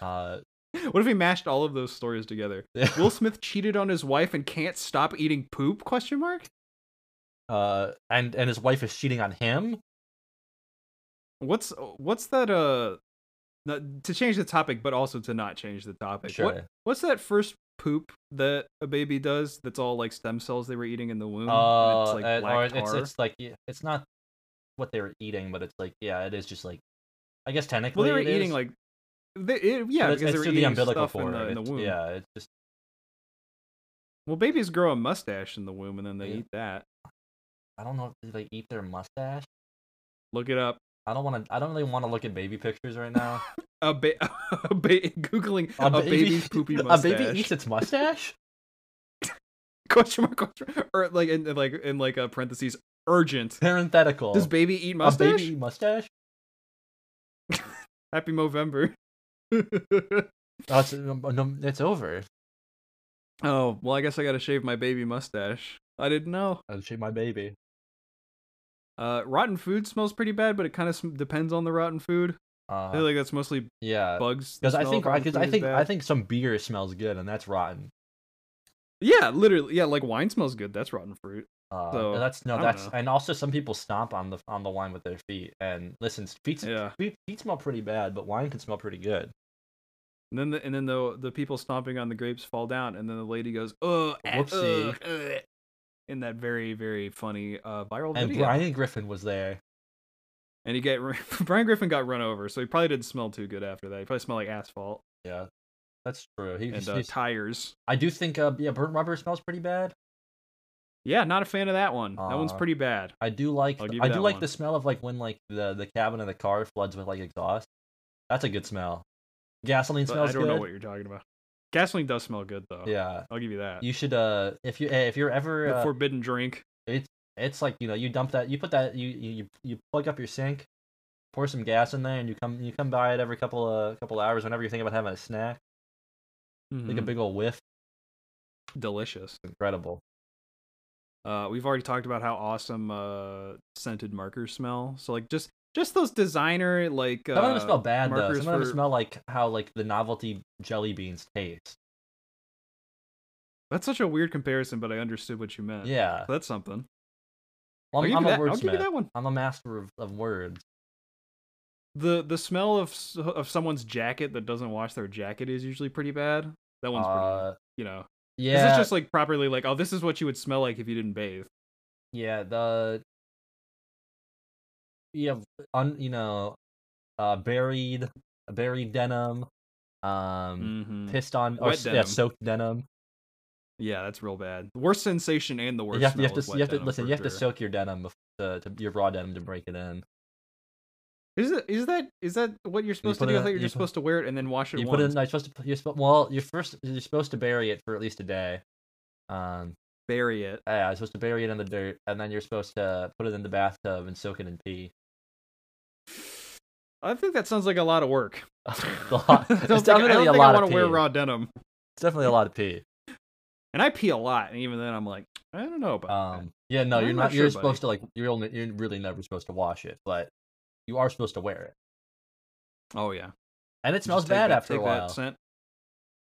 [SPEAKER 2] Uh,
[SPEAKER 1] What if we mashed all of those stories together? Will Smith cheated on his wife and can't stop eating poop? Question mark.
[SPEAKER 2] uh, and and his wife is cheating on him.
[SPEAKER 1] What's what's that? Uh, no, to change the topic, but also to not change the topic.
[SPEAKER 2] Sure.
[SPEAKER 1] What what's that first poop that a baby does? That's all like stem cells they were eating in the womb. and
[SPEAKER 2] Uh,
[SPEAKER 1] it's like
[SPEAKER 2] uh,
[SPEAKER 1] black
[SPEAKER 2] or it's
[SPEAKER 1] tar?
[SPEAKER 2] it's like yeah, it's not what they were eating, but it's like yeah, it is just like I guess technically
[SPEAKER 1] well, they were
[SPEAKER 2] it
[SPEAKER 1] eating
[SPEAKER 2] is,
[SPEAKER 1] like, they, it, yeah,
[SPEAKER 2] but
[SPEAKER 1] because they were
[SPEAKER 2] through
[SPEAKER 1] eating
[SPEAKER 2] the umbilical
[SPEAKER 1] stuff in the,
[SPEAKER 2] cord,
[SPEAKER 1] in the
[SPEAKER 2] it's-
[SPEAKER 1] womb.
[SPEAKER 2] Yeah, it's just
[SPEAKER 1] Well, babies grow a mustache in the womb and then they
[SPEAKER 2] Yeah.
[SPEAKER 1] eat that.
[SPEAKER 2] I don't know. Do they eat their mustache?
[SPEAKER 1] Look it up.
[SPEAKER 2] I don't want to. I don't really want to look at baby pictures
[SPEAKER 1] <laughs>
[SPEAKER 2] right now.
[SPEAKER 1] A ba- a ba- googling a, baby's poopy mustache.
[SPEAKER 2] <laughs> A baby eats its
[SPEAKER 1] <laughs>
[SPEAKER 2] mustache.
[SPEAKER 1] question mark question mark, or like in in, like in like a parentheses urgent.
[SPEAKER 2] Parenthetical.
[SPEAKER 1] Does Oh. baby eat
[SPEAKER 2] a
[SPEAKER 1] mustache?
[SPEAKER 2] baby eat mustache?
[SPEAKER 1] Happy Movember.
[SPEAKER 2] Oh, it's, um, um, it's over.
[SPEAKER 1] <laughs> oh well, I guess I gotta shave my baby mustache. I didn't know.
[SPEAKER 2] I'll shave my baby.
[SPEAKER 1] Uh, rotten food smells pretty bad, but it kind of sm- depends on the rotten food. I feel
[SPEAKER 2] Uh,
[SPEAKER 1] like that's mostly
[SPEAKER 2] yeah,
[SPEAKER 1] bugs. the
[SPEAKER 2] because I
[SPEAKER 1] smell of
[SPEAKER 2] think
[SPEAKER 1] rotten
[SPEAKER 2] because I
[SPEAKER 1] food is
[SPEAKER 2] think I
[SPEAKER 1] bad.
[SPEAKER 2] think some beer smells good, and that's rotten.
[SPEAKER 1] yeah, literally, yeah, like wine smells good. That's rotten fruit.
[SPEAKER 2] Uh,
[SPEAKER 1] So,
[SPEAKER 2] that's
[SPEAKER 1] I
[SPEAKER 2] no,
[SPEAKER 1] don't
[SPEAKER 2] that's
[SPEAKER 1] know.
[SPEAKER 2] and also some people stomp on the on the wine with their feet. And listen, feet,
[SPEAKER 1] Yeah.
[SPEAKER 2] feet, feet smell pretty bad, but wine can smell pretty good.
[SPEAKER 1] And then the, and then the the people stomping on the grapes fall down, and then the lady goes, "Oh,
[SPEAKER 2] Whoopsie.
[SPEAKER 1] in that very very funny uh, viral
[SPEAKER 2] And
[SPEAKER 1] video.
[SPEAKER 2] Brian Griffin was there.
[SPEAKER 1] and he get <laughs> Brian Griffin got run over, so he probably didn't smell too good after that. He probably smelled like asphalt
[SPEAKER 2] Yeah, that's true. <laughs> He,
[SPEAKER 1] and
[SPEAKER 2] he's,
[SPEAKER 1] uh,
[SPEAKER 2] he's-
[SPEAKER 1] tires.
[SPEAKER 2] I do think, uh, yeah, burnt rubber smells pretty bad.
[SPEAKER 1] Yeah, not a fan of that one. that one's
[SPEAKER 2] Aw.
[SPEAKER 1] pretty bad.
[SPEAKER 2] I do like,
[SPEAKER 1] I'll give
[SPEAKER 2] I
[SPEAKER 1] you
[SPEAKER 2] do
[SPEAKER 1] that
[SPEAKER 2] like
[SPEAKER 1] one.
[SPEAKER 2] the smell of like when like the the cabin of the car floods with like exhaust. That's a good smell. Gasoline
[SPEAKER 1] But
[SPEAKER 2] smells
[SPEAKER 1] I don't
[SPEAKER 2] good.
[SPEAKER 1] know what you're talking about. Gasoline does smell good though.
[SPEAKER 2] yeah,
[SPEAKER 1] I'll give you that.
[SPEAKER 2] you should. Uh, if you eh, if you're ever
[SPEAKER 1] the
[SPEAKER 2] uh,
[SPEAKER 1] forbidden drink.
[SPEAKER 2] it's like you know you dump that you put that you you you- you plug up your sink pour some gas in there and you come you come by it every couple of couple hours whenever you're thinking about having a snack take a
[SPEAKER 1] Mhm.
[SPEAKER 2] big old whiff
[SPEAKER 1] Delicious.
[SPEAKER 2] incredible
[SPEAKER 1] Uh, we've already talked about how awesome uh, scented markers smell. So like just just those designer like uh,
[SPEAKER 2] some of them smell bad though
[SPEAKER 1] markers
[SPEAKER 2] some of them
[SPEAKER 1] for-
[SPEAKER 2] smell like how like the novelty jelly beans taste
[SPEAKER 1] That's such a weird comparison, but I understood what you meant.
[SPEAKER 2] yeah
[SPEAKER 1] that's something.
[SPEAKER 2] well,
[SPEAKER 1] I'll
[SPEAKER 2] i'm,
[SPEAKER 1] give, you that.
[SPEAKER 2] I'm a
[SPEAKER 1] I'll give you
[SPEAKER 2] wordsmith
[SPEAKER 1] that one.
[SPEAKER 2] i'm a master of, of words
[SPEAKER 1] the The smell of s- of someone's jacket that doesn't wash their jacket is usually pretty bad. That one's pretty,
[SPEAKER 2] uh,
[SPEAKER 1] you know. 'Cause
[SPEAKER 2] yeah
[SPEAKER 1] It's just like properly like, oh, this is what you would smell like if you didn't bathe.
[SPEAKER 2] yeah the you have un, you know uh buried buried denim um
[SPEAKER 1] Mm-hmm.
[SPEAKER 2] pissed on or
[SPEAKER 1] Wet
[SPEAKER 2] s- yeah,
[SPEAKER 1] denim.
[SPEAKER 2] soaked denim.
[SPEAKER 1] Yeah, that's real bad. The worst sensation and the worst.
[SPEAKER 2] You have, to-
[SPEAKER 1] smell
[SPEAKER 2] you have
[SPEAKER 1] is
[SPEAKER 2] to
[SPEAKER 1] wet denim,
[SPEAKER 2] you have to listen.
[SPEAKER 1] for
[SPEAKER 2] You have to
[SPEAKER 1] sure.
[SPEAKER 2] soak your denim, bef- to, to your raw denim, to break it in.
[SPEAKER 1] Is it is that is that what you're supposed to
[SPEAKER 2] put
[SPEAKER 1] do?
[SPEAKER 2] it
[SPEAKER 1] I
[SPEAKER 2] in-
[SPEAKER 1] thought you were
[SPEAKER 2] you
[SPEAKER 1] just
[SPEAKER 2] put-
[SPEAKER 1] supposed to wear it and then wash it
[SPEAKER 2] you
[SPEAKER 1] once.
[SPEAKER 2] put it. In, you're supposed to. You're supposed. Well, you're first. You're supposed to bury it for at least a day. Um,
[SPEAKER 1] bury it.
[SPEAKER 2] yeah, you're supposed to bury it in the dirt, and then you're supposed to put it in the bathtub and soak it in pee. <laughs>
[SPEAKER 1] I think that sounds like a lot of work. <laughs>
[SPEAKER 2] it's
[SPEAKER 1] I
[SPEAKER 2] lot-
[SPEAKER 1] don't
[SPEAKER 2] it's
[SPEAKER 1] think,
[SPEAKER 2] definitely
[SPEAKER 1] I don't
[SPEAKER 2] a
[SPEAKER 1] think I
[SPEAKER 2] lot
[SPEAKER 1] want
[SPEAKER 2] of
[SPEAKER 1] to wear
[SPEAKER 2] pee.
[SPEAKER 1] raw denim. <laughs>
[SPEAKER 2] It's definitely a lot of pee.
[SPEAKER 1] And I pee a lot, and even then I'm like, I don't know about
[SPEAKER 2] Um, yeah, no,
[SPEAKER 1] I'm
[SPEAKER 2] you're
[SPEAKER 1] not
[SPEAKER 2] not. you're
[SPEAKER 1] sure,
[SPEAKER 2] supposed to like. You're only. You're really never supposed to wash it, but you are supposed to wear it,
[SPEAKER 1] that. Oh yeah.
[SPEAKER 2] and it
[SPEAKER 1] Just
[SPEAKER 2] smells
[SPEAKER 1] take
[SPEAKER 2] bad
[SPEAKER 1] that-
[SPEAKER 2] after a
[SPEAKER 1] take that
[SPEAKER 2] while.
[SPEAKER 1] scent.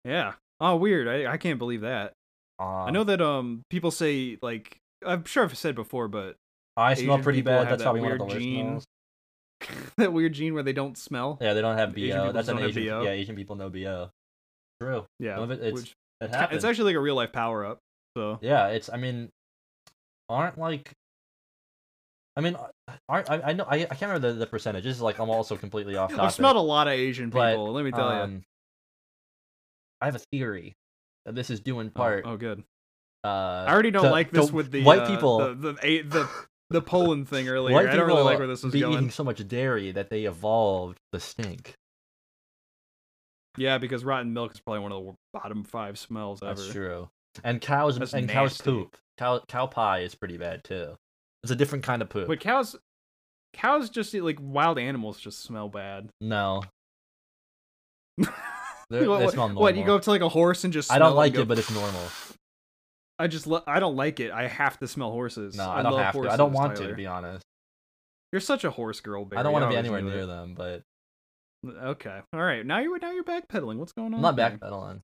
[SPEAKER 1] Yeah. Oh, weird. I, I can't believe that. I
[SPEAKER 2] Um,
[SPEAKER 1] know that um people say like I'm sure I've said before, but <laughs>
[SPEAKER 2] I smell
[SPEAKER 1] Asian
[SPEAKER 2] pretty
[SPEAKER 1] people
[SPEAKER 2] bad.
[SPEAKER 1] have
[SPEAKER 2] That's
[SPEAKER 1] that
[SPEAKER 2] probably one of the
[SPEAKER 1] weird
[SPEAKER 2] worst
[SPEAKER 1] gene.
[SPEAKER 2] smells.
[SPEAKER 1] that weird gene where they don't smell.
[SPEAKER 2] Yeah, they don't have
[SPEAKER 1] Asian
[SPEAKER 2] bo.
[SPEAKER 1] people
[SPEAKER 2] That's
[SPEAKER 1] just
[SPEAKER 2] an
[SPEAKER 1] don't have
[SPEAKER 2] Asian.
[SPEAKER 1] BO.
[SPEAKER 2] Yeah, Asian people know bo. True.
[SPEAKER 1] Yeah.
[SPEAKER 2] Some of it- it's-
[SPEAKER 1] which-
[SPEAKER 2] It
[SPEAKER 1] Ca-
[SPEAKER 2] happens.
[SPEAKER 1] It's actually like a real life power up. So
[SPEAKER 2] yeah. It's. I mean, aren't like. I mean, aren't I? I know. I, I can't remember the, the percentages. Like, I'm also completely
[SPEAKER 1] <laughs>
[SPEAKER 2] off topic.
[SPEAKER 1] I've smelled a lot of Asian people.
[SPEAKER 2] but,
[SPEAKER 1] let me tell you.
[SPEAKER 2] um, I have a theory that this is due in part.
[SPEAKER 1] Oh, good.
[SPEAKER 2] Uh,
[SPEAKER 1] I already don't
[SPEAKER 2] the-
[SPEAKER 1] like this
[SPEAKER 2] the
[SPEAKER 1] with the
[SPEAKER 2] white
[SPEAKER 1] uh,
[SPEAKER 2] people-
[SPEAKER 1] the the,
[SPEAKER 2] <laughs>
[SPEAKER 1] a- the the Poland thing earlier.
[SPEAKER 2] White
[SPEAKER 1] I don't really
[SPEAKER 2] people
[SPEAKER 1] like where this was
[SPEAKER 2] be
[SPEAKER 1] going.
[SPEAKER 2] eating so much dairy that they evolved the stink.
[SPEAKER 1] Yeah, because rotten milk is probably one of the bottom five smells ever.
[SPEAKER 2] That's true. And cows
[SPEAKER 1] That's
[SPEAKER 2] and cows
[SPEAKER 1] nasty.
[SPEAKER 2] poop. Cow cow pie is pretty bad too. It's a different kind of poop.
[SPEAKER 1] But cows, cows just eat, like wild animals just smell bad.
[SPEAKER 2] no,
[SPEAKER 1] <laughs>
[SPEAKER 2] they,
[SPEAKER 1] what,
[SPEAKER 2] they
[SPEAKER 1] what-
[SPEAKER 2] smell normal.
[SPEAKER 1] what, you go up to like a horse and just?
[SPEAKER 2] I don't
[SPEAKER 1] smell and
[SPEAKER 2] like it,
[SPEAKER 1] go,
[SPEAKER 2] but
[SPEAKER 1] <laughs>
[SPEAKER 2] it's normal.
[SPEAKER 1] I just lo- I don't like it. I have to smell horses.
[SPEAKER 2] No, I, don't
[SPEAKER 1] love
[SPEAKER 2] have to.
[SPEAKER 1] horses,
[SPEAKER 2] I don't want to,
[SPEAKER 1] Tyler.
[SPEAKER 2] to be honest.
[SPEAKER 1] You're such a horse girl, baby.
[SPEAKER 2] I don't want to be
[SPEAKER 1] always
[SPEAKER 2] anywhere
[SPEAKER 1] knew
[SPEAKER 2] near
[SPEAKER 1] it.
[SPEAKER 2] them. But
[SPEAKER 1] Okay, all right. Now you're now you're backpedaling. What's going on?
[SPEAKER 2] I'm not
[SPEAKER 1] here?
[SPEAKER 2] backpedaling.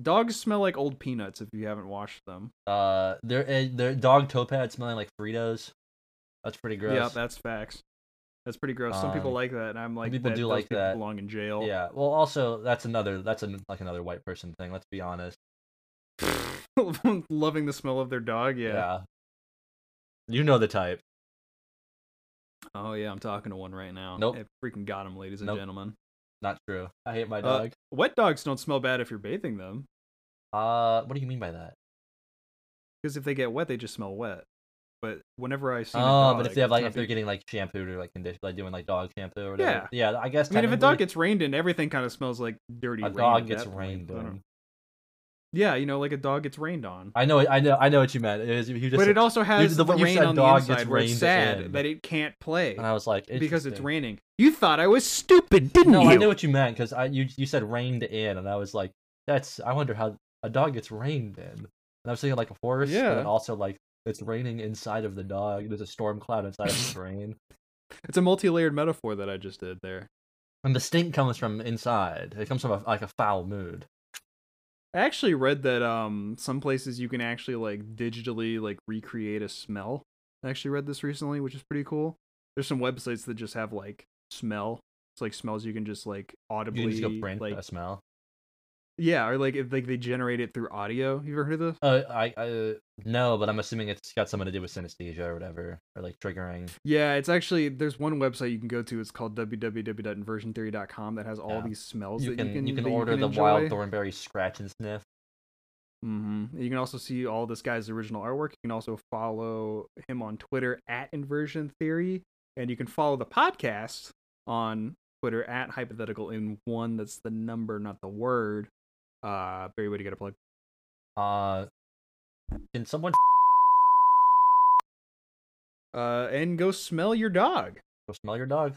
[SPEAKER 1] Dogs smell like old peanuts if you haven't washed them.
[SPEAKER 2] Uh, their eh, their dog toe pads smelling like Fritos. That's pretty gross.
[SPEAKER 1] Yeah, that's facts. That's pretty gross. Some people
[SPEAKER 2] Um,
[SPEAKER 1] like that, and I'm like,
[SPEAKER 2] people
[SPEAKER 1] that,
[SPEAKER 2] do
[SPEAKER 1] those
[SPEAKER 2] like
[SPEAKER 1] people
[SPEAKER 2] that.
[SPEAKER 1] Belong in jail.
[SPEAKER 2] Yeah. Well, also that's another that's an, like another white person thing. Let's be honest.
[SPEAKER 1] <laughs> loving the smell of their dog.
[SPEAKER 2] Yeah.
[SPEAKER 1] yeah.
[SPEAKER 2] You know the type.
[SPEAKER 1] Oh yeah, I'm talking to one right now.
[SPEAKER 2] Nope.
[SPEAKER 1] It freaking got him, ladies and
[SPEAKER 2] Nope.
[SPEAKER 1] gentlemen.
[SPEAKER 2] Not true. I hate my
[SPEAKER 1] Uh,
[SPEAKER 2] dog.
[SPEAKER 1] Wet dogs don't smell bad if you're bathing them,
[SPEAKER 2] Uh, what do you mean by that?
[SPEAKER 1] because if they get wet, they just smell wet. But whenever I see,
[SPEAKER 2] Oh,
[SPEAKER 1] a dog,
[SPEAKER 2] but if they have
[SPEAKER 1] it's
[SPEAKER 2] like
[SPEAKER 1] not
[SPEAKER 2] if they're
[SPEAKER 1] big-
[SPEAKER 2] getting like shampooed or like conditioned, like doing like dog shampoo or whatever. Yeah, I guess.
[SPEAKER 1] I mean, if a
[SPEAKER 2] technically,
[SPEAKER 1] dog gets rained in, everything kind of smells like dirty.
[SPEAKER 2] a
[SPEAKER 1] rain
[SPEAKER 2] dog
[SPEAKER 1] at
[SPEAKER 2] gets
[SPEAKER 1] that point,
[SPEAKER 2] rained
[SPEAKER 1] I don't-
[SPEAKER 2] on.
[SPEAKER 1] Yeah, you know, like a dog gets rained on.
[SPEAKER 2] I know, I know, I know what you meant. It was, you just,
[SPEAKER 1] but it also has
[SPEAKER 2] the
[SPEAKER 1] the,
[SPEAKER 2] way you
[SPEAKER 1] rain
[SPEAKER 2] said
[SPEAKER 1] on
[SPEAKER 2] dog
[SPEAKER 1] the
[SPEAKER 2] gets
[SPEAKER 1] inside where it's
[SPEAKER 2] rained
[SPEAKER 1] sad
[SPEAKER 2] in.
[SPEAKER 1] that it can't play
[SPEAKER 2] and I was like,
[SPEAKER 1] because it's
[SPEAKER 2] interesting.
[SPEAKER 1] raining. You thought I was stupid, didn't
[SPEAKER 2] No,
[SPEAKER 1] you?
[SPEAKER 2] I knew what you meant because I you you said rained in, and I was like, that's. I wonder how a dog gets rained in. And I was thinking like a horse, but
[SPEAKER 1] Yeah.
[SPEAKER 2] then also like it's raining inside of the dog. There's a storm cloud inside of his brain,
[SPEAKER 1] It's a multi-layered metaphor that I just did there.
[SPEAKER 2] and the stink comes from inside. It comes from a, like a foul mood.
[SPEAKER 1] I actually read that um some places you can actually like digitally like recreate a smell. I actually read this recently, which is pretty cool. There's some websites that just have like smell. It's like smells you can just like audibly
[SPEAKER 2] You can just go brain
[SPEAKER 1] like
[SPEAKER 2] a smell.
[SPEAKER 1] yeah, or like if like they generate it through audio. You ever heard of this?
[SPEAKER 2] Uh, I, I no, but I'm assuming it's got something to do with synesthesia or whatever, or like triggering.
[SPEAKER 1] Yeah, it's actually there's one website you can go to. It's called www.inversiontheory.com that has all
[SPEAKER 2] Yeah.
[SPEAKER 1] these smells
[SPEAKER 2] You
[SPEAKER 1] that
[SPEAKER 2] can,
[SPEAKER 1] you can
[SPEAKER 2] you can
[SPEAKER 1] that
[SPEAKER 2] order
[SPEAKER 1] you can
[SPEAKER 2] the wild
[SPEAKER 1] enjoy.
[SPEAKER 2] thornberry scratch and sniff.
[SPEAKER 1] hmm You can also see all this guy's original artwork. You can also follow him on Twitter at Inversion Theory, and you can follow the podcast on Twitter at Hypothetical in One. That's the number, not the word. Uh, Barry, way to get a plug.
[SPEAKER 2] Uh, can someone <laughs>
[SPEAKER 1] Uh, and go smell your dog.
[SPEAKER 2] go smell your dog?